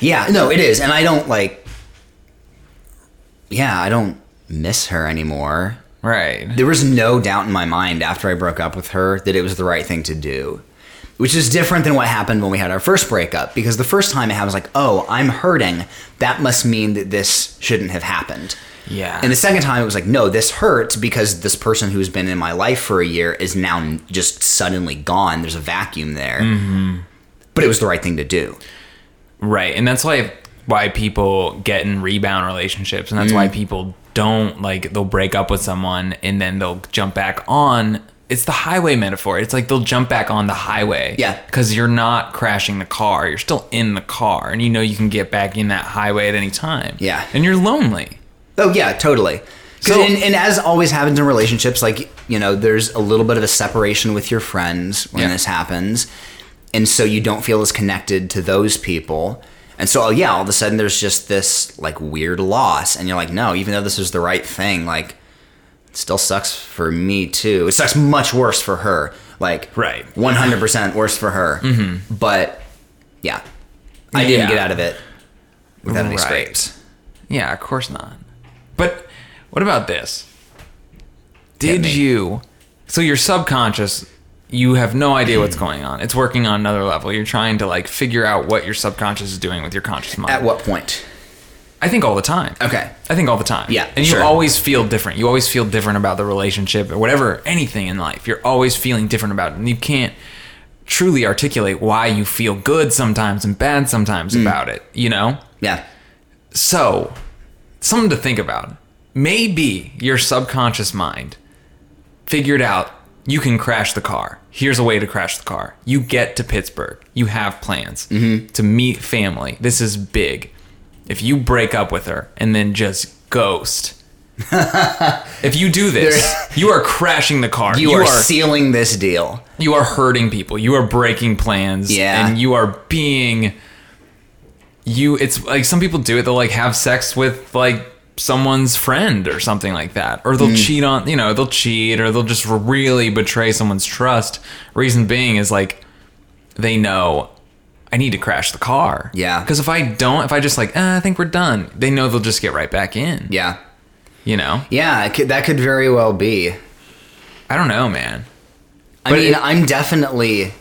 [SPEAKER 4] Yeah, no, it is, and I don't like. Yeah, I don't miss her anymore.
[SPEAKER 3] Right.
[SPEAKER 4] there was no doubt in my mind after I broke up with her that it was the right thing to do, which is different than what happened when we had our first breakup. Because the first time it happened, I was like, oh, I'm hurting. That must mean that this shouldn't have happened.
[SPEAKER 3] Yeah.
[SPEAKER 4] And the second time, it was like, no, this hurts because this person who's been in my life for a year is now n- just suddenly gone. There's a vacuum there. But it was the right thing to do.
[SPEAKER 3] Right. And that's why why people get in rebound relationships and that's
[SPEAKER 4] Mm.
[SPEAKER 3] why people don't like they'll break up with someone and then they'll jump back on it's the highway metaphor. It's like they'll jump back on the highway.
[SPEAKER 4] Yeah.
[SPEAKER 3] Cuz you're not crashing the car. You're still in the car and you know you can get back in that highway at any time.
[SPEAKER 4] Yeah.
[SPEAKER 3] And you're lonely.
[SPEAKER 4] Oh yeah, totally. 'Cause-
[SPEAKER 3] So-
[SPEAKER 4] and, and as always happens in relationships, like you know, there's a little bit of a separation with your friends when
[SPEAKER 3] Yeah.
[SPEAKER 4] this happens, and so you don't feel as connected to those people. And so, yeah, all of a sudden there's just this like weird loss, and you're like, no, even though this is the right thing, like, it still sucks for me too. It sucks much worse for her, like,
[SPEAKER 3] Right. Mm-hmm.
[SPEAKER 4] one hundred percent worse for her. But yeah, I
[SPEAKER 3] Yeah.
[SPEAKER 4] didn't get out of it without any
[SPEAKER 3] Right.
[SPEAKER 4] scrapes.
[SPEAKER 3] Yeah, of course not. But what about this? Did
[SPEAKER 4] me.
[SPEAKER 3] you? So your subconscious, you have no idea what's going on. It's working on another level. You're trying to like figure out what your subconscious is doing with your conscious mind.
[SPEAKER 4] At what point?
[SPEAKER 3] I think all the time.
[SPEAKER 4] Okay.
[SPEAKER 3] I think all the time.
[SPEAKER 4] Yeah,
[SPEAKER 3] And you
[SPEAKER 4] sure.
[SPEAKER 3] always feel different. You always feel different about the relationship or whatever, anything in life. You're always feeling different about it. And you can't truly articulate why you feel good sometimes and bad sometimes
[SPEAKER 4] Mm.
[SPEAKER 3] about it, you know?
[SPEAKER 4] Yeah.
[SPEAKER 3] So, something to think about. Maybe your subconscious mind figured out you can crash the car. Here's a way to crash the car. You get to Pittsburgh. You have plans
[SPEAKER 4] Mm-hmm.
[SPEAKER 3] to meet family. This is big. If you break up with her and then just ghost, if you do this, you are crashing the car.
[SPEAKER 4] You, are, sealing this deal.
[SPEAKER 3] you are hurting people. You are breaking plans.
[SPEAKER 4] Yeah.
[SPEAKER 3] And you are being you it's like some people do it, they'll like have sex with like someone's friend or something like that. Or
[SPEAKER 4] Mm.
[SPEAKER 3] they'll cheat on you know, they'll cheat or they'll just really betray someone's trust. Reason being is like they know I need to crash the car.
[SPEAKER 4] Yeah.
[SPEAKER 3] Because if I don't, if I just like, eh, I think we're done, they know they'll just get right back in.
[SPEAKER 4] Yeah.
[SPEAKER 3] You know?
[SPEAKER 4] Yeah, it could, that could very well be.
[SPEAKER 3] I don't know, man.
[SPEAKER 4] I
[SPEAKER 3] But
[SPEAKER 4] mean,
[SPEAKER 3] it-
[SPEAKER 4] I'm definitely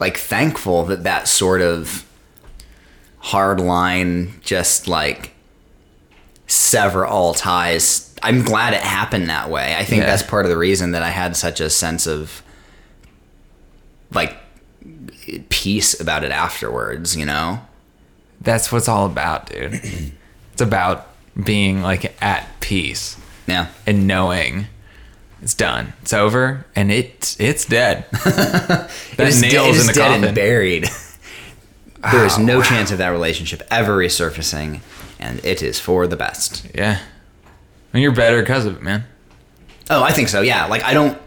[SPEAKER 4] like thankful that that sort of hard line, just like sever all ties. I'm glad it happened that way. I think
[SPEAKER 3] Yeah.
[SPEAKER 4] that's part of the reason that I had such a sense of like peace about it afterwards, you know?
[SPEAKER 3] That's what's all about, dude. it's about being like at peace
[SPEAKER 4] Yeah.
[SPEAKER 3] and knowing it's done. It's over and it's it's dead.
[SPEAKER 4] It
[SPEAKER 3] that
[SPEAKER 4] is de- it
[SPEAKER 3] nails
[SPEAKER 4] is
[SPEAKER 3] in the
[SPEAKER 4] dead
[SPEAKER 3] coffin.
[SPEAKER 4] and buried. there is
[SPEAKER 3] Oh,
[SPEAKER 4] no
[SPEAKER 3] wow.
[SPEAKER 4] chance of that relationship ever resurfacing, and it is for the best.
[SPEAKER 3] yeah. And you're better because of it, man.
[SPEAKER 4] Oh, I think so. Yeah. Like I don't.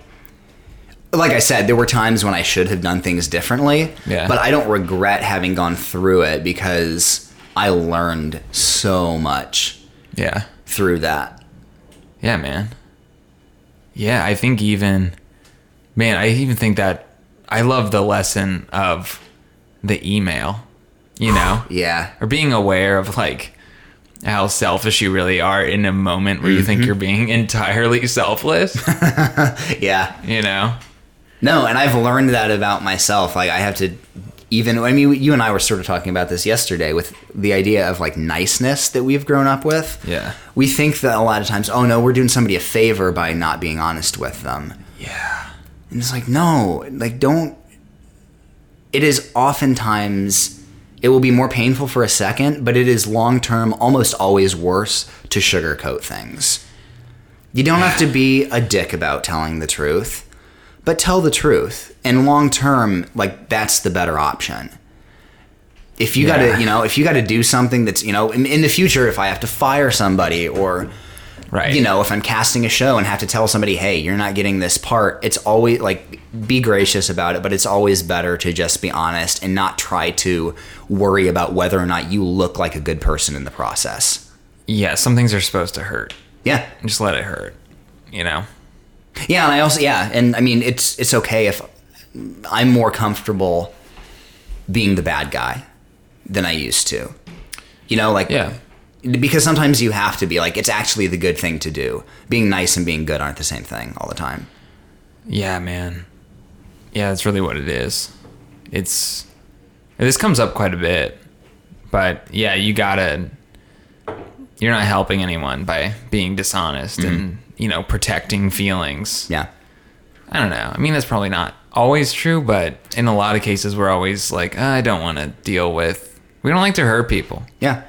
[SPEAKER 4] Like I said, there were times when I should have done things differently.
[SPEAKER 3] Yeah.
[SPEAKER 4] But I don't regret having gone through it because I learned so much
[SPEAKER 3] Yeah.
[SPEAKER 4] through that.
[SPEAKER 3] Yeah, man. Yeah, I think even man, I even think that I love the lesson of the email, you know.
[SPEAKER 4] Yeah.
[SPEAKER 3] or being aware of like how selfish you really are in a moment where you
[SPEAKER 4] Mm-hmm.
[SPEAKER 3] think you're being entirely selfless,
[SPEAKER 4] Yeah.
[SPEAKER 3] you know?
[SPEAKER 4] No, and I've learned that about myself. Like I have to even I mean you and I were sort of talking about this yesterday with the idea of like niceness that we've grown up with.
[SPEAKER 3] Yeah.
[SPEAKER 4] We think that a lot of times, oh no, we're doing somebody a favor by not being honest with them.
[SPEAKER 3] Yeah.
[SPEAKER 4] And it's like, no, like, don't. It is oftentimes, it will be more painful for a second, but it is long term almost always worse to sugarcoat things. You don't have to be a dick about telling the truth, but tell the truth. And long term, like, that's the better option. If you
[SPEAKER 3] Yeah.
[SPEAKER 4] gotta, you know, if you gotta do something that's, you know, in, in the future, if I have to fire somebody or
[SPEAKER 3] Right.
[SPEAKER 4] you know, if I'm casting a show and have to tell somebody, hey, you're not getting this part, it's always like, be gracious about it, but it's always better to just be honest and not try to worry about whether or not you look like a good person in the process.
[SPEAKER 3] Yeah, some things are supposed to hurt.
[SPEAKER 4] Yeah.
[SPEAKER 3] Just let it hurt, you know?
[SPEAKER 4] Yeah. And I also, yeah. And I mean, it's, it's okay if I'm more comfortable being the bad guy than I used to. You know, like,
[SPEAKER 3] Yeah.
[SPEAKER 4] because sometimes you have to be like, it's actually the good thing to do. Being nice and being good aren't the same thing all the time.
[SPEAKER 3] Yeah, man. Yeah, that's really what it is. It's this comes up quite a bit. But yeah, you gotta you're not helping anyone by being dishonest
[SPEAKER 4] Mm-hmm.
[SPEAKER 3] and, you know, protecting feelings.
[SPEAKER 4] Yeah.
[SPEAKER 3] I don't know. I mean, that's probably not always true, but in a lot of cases, we're always like, "Ah, I don't want to deal with. We don't like to hurt people,
[SPEAKER 4] Yeah.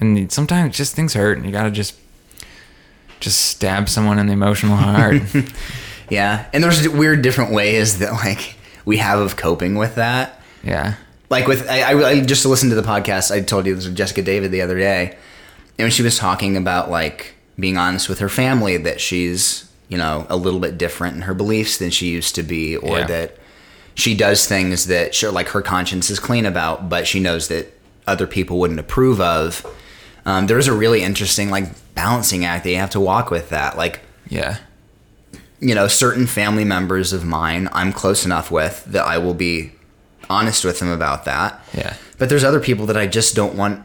[SPEAKER 3] and sometimes just things hurt, and you gotta just just stab someone in the emotional heart.
[SPEAKER 4] Yeah, and there's weird different ways that like we have of coping with that.
[SPEAKER 3] yeah,
[SPEAKER 4] Like with I, I, I just listened to the podcast. I told you this with Jessica David the other day, and when she was talking about like being honest with her family that she's you know a little bit different in her beliefs than she used to be, or
[SPEAKER 3] Yeah.
[SPEAKER 4] that she does things that sure like her conscience is clean about, but she knows that other people wouldn't approve of. Um, there's a really interesting like balancing act that you have to walk with that. Like
[SPEAKER 3] yeah,
[SPEAKER 4] you know, certain family members of mine I'm close enough with that I will be honest with them about that.
[SPEAKER 3] yeah,
[SPEAKER 4] But there's other people that I just don't want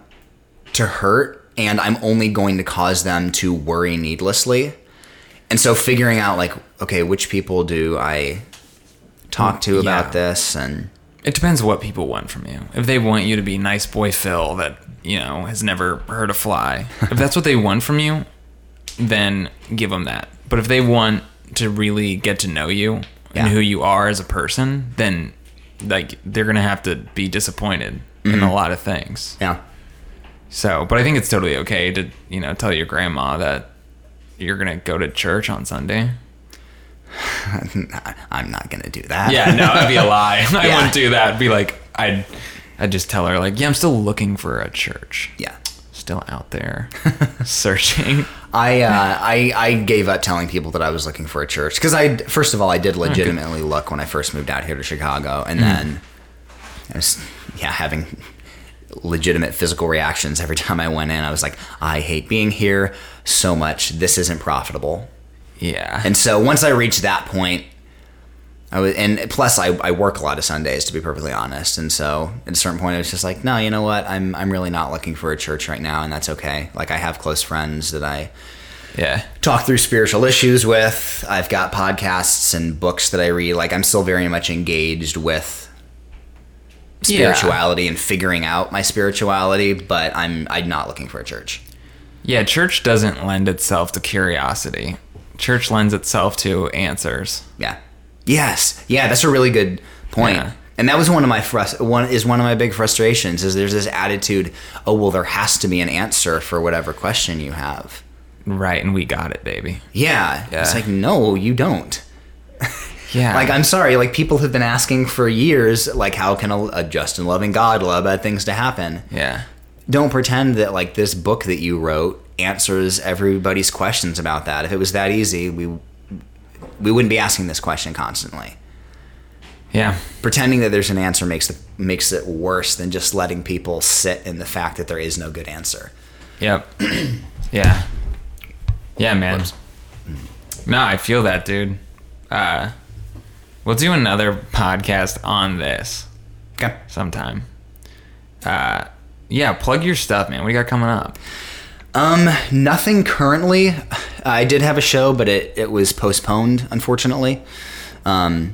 [SPEAKER 4] to hurt and I'm only going to cause them to worry needlessly. and so figuring out like okay which people do i talk to about
[SPEAKER 3] Mm, Yeah.
[SPEAKER 4] this and
[SPEAKER 3] It depends what people want from you. If they want you to be nice boy Phil that, you know, has never heard a fly, if that's what they want from you, then give them that. But if they want to really get to know you and
[SPEAKER 4] Yeah.
[SPEAKER 3] who you are as a person, then like they're going to have to be disappointed in a lot of things.
[SPEAKER 4] yeah
[SPEAKER 3] So, but I think it's totally okay to, you know, tell your grandma that you're going to go to church on Sunday.
[SPEAKER 4] i'm not gonna do that
[SPEAKER 3] Yeah, no, it'd be a lie. I
[SPEAKER 4] Yeah.
[SPEAKER 3] wouldn't do that. I'd be like, I'd, I'd just tell her like, yeah, I'm still looking for a church.
[SPEAKER 4] yeah
[SPEAKER 3] Still out there searching.
[SPEAKER 4] I, uh, I I gave up telling people that I was looking for a church because I first of all I did legitimately look when I first moved out here to Chicago, and then I was yeah having legitimate physical reactions every time I went in. I was like, I hate being here so much. This isn't profitable.
[SPEAKER 3] Yeah.
[SPEAKER 4] And so once I reached that point, I was, and plus I, I work a lot of Sundays to be perfectly honest. And so at a certain point, I was just like, no, you know what? I'm I'm really not looking for a church right now, and that's okay. Like I have close friends that I
[SPEAKER 3] yeah.
[SPEAKER 4] talk through spiritual issues with. I've got podcasts and books that I read. Like I'm still very much engaged with
[SPEAKER 3] Yeah.
[SPEAKER 4] spirituality and figuring out my spirituality, but I'm I'm not looking for a church.
[SPEAKER 3] Yeah. Church doesn't lend itself to curiosity. Church lends itself to answers.
[SPEAKER 4] Yeah. Yes. Yeah, that's a really good point.
[SPEAKER 3] Yeah.
[SPEAKER 4] And that was one of my frus- one is one of my big frustrations is there's this attitude, oh well there has to be an answer for whatever question you have.
[SPEAKER 3] Right. And we got it, baby.
[SPEAKER 4] Yeah. It's
[SPEAKER 3] Yeah.
[SPEAKER 4] like no, you don't.
[SPEAKER 3] Yeah.
[SPEAKER 4] Like I'm sorry, like people have been asking for years like how can a, a just and loving God allow bad things to happen?
[SPEAKER 3] Yeah.
[SPEAKER 4] Don't pretend that like this book that you wrote answers everybody's questions about that. If it was that easy, we we wouldn't be asking this question constantly.
[SPEAKER 3] Yeah.
[SPEAKER 4] pretending that there's an answer makes the, makes it worse than just letting people sit in the fact that there is no good answer.
[SPEAKER 3] Yep. yeah. Yeah, man. No, I feel that, dude. Uh, we'll do another podcast on this
[SPEAKER 4] Okay.
[SPEAKER 3] sometime. Uh, yeah, plug your stuff, man. What do you got coming up?
[SPEAKER 4] Um, nothing currently. I did have a show, but it it was postponed, unfortunately. Um,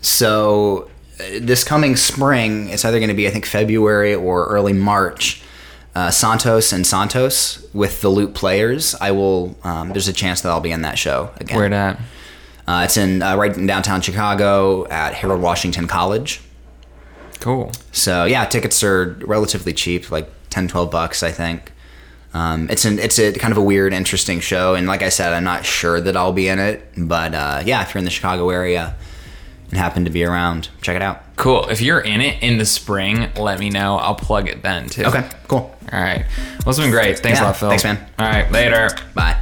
[SPEAKER 4] so uh, this coming spring, it's either going to be I think February or early March. Uh, Santos and Santos with the Loop Players. I will. Um, there's a chance that I'll be in that show again.
[SPEAKER 3] Where at?
[SPEAKER 4] Uh, it's in uh, right in downtown Chicago at Harold Washington College.
[SPEAKER 3] Cool.
[SPEAKER 4] So yeah, tickets are relatively cheap, like 10, 12 bucks, I think. Um, it's an it's a kind of a weird, interesting show, and like I said, I'm not sure that I'll be in it, but uh, yeah, if you're in the Chicago area and happen to be around, check it out.
[SPEAKER 3] Cool. If you're in it in the spring, let me know. I'll plug it then, too.
[SPEAKER 4] Okay, cool.
[SPEAKER 3] All right. Well, it's been great. Thanks a
[SPEAKER 4] Yeah.
[SPEAKER 3] lot, Phil.
[SPEAKER 4] Thanks, man.
[SPEAKER 3] All right. Later.
[SPEAKER 4] Bye.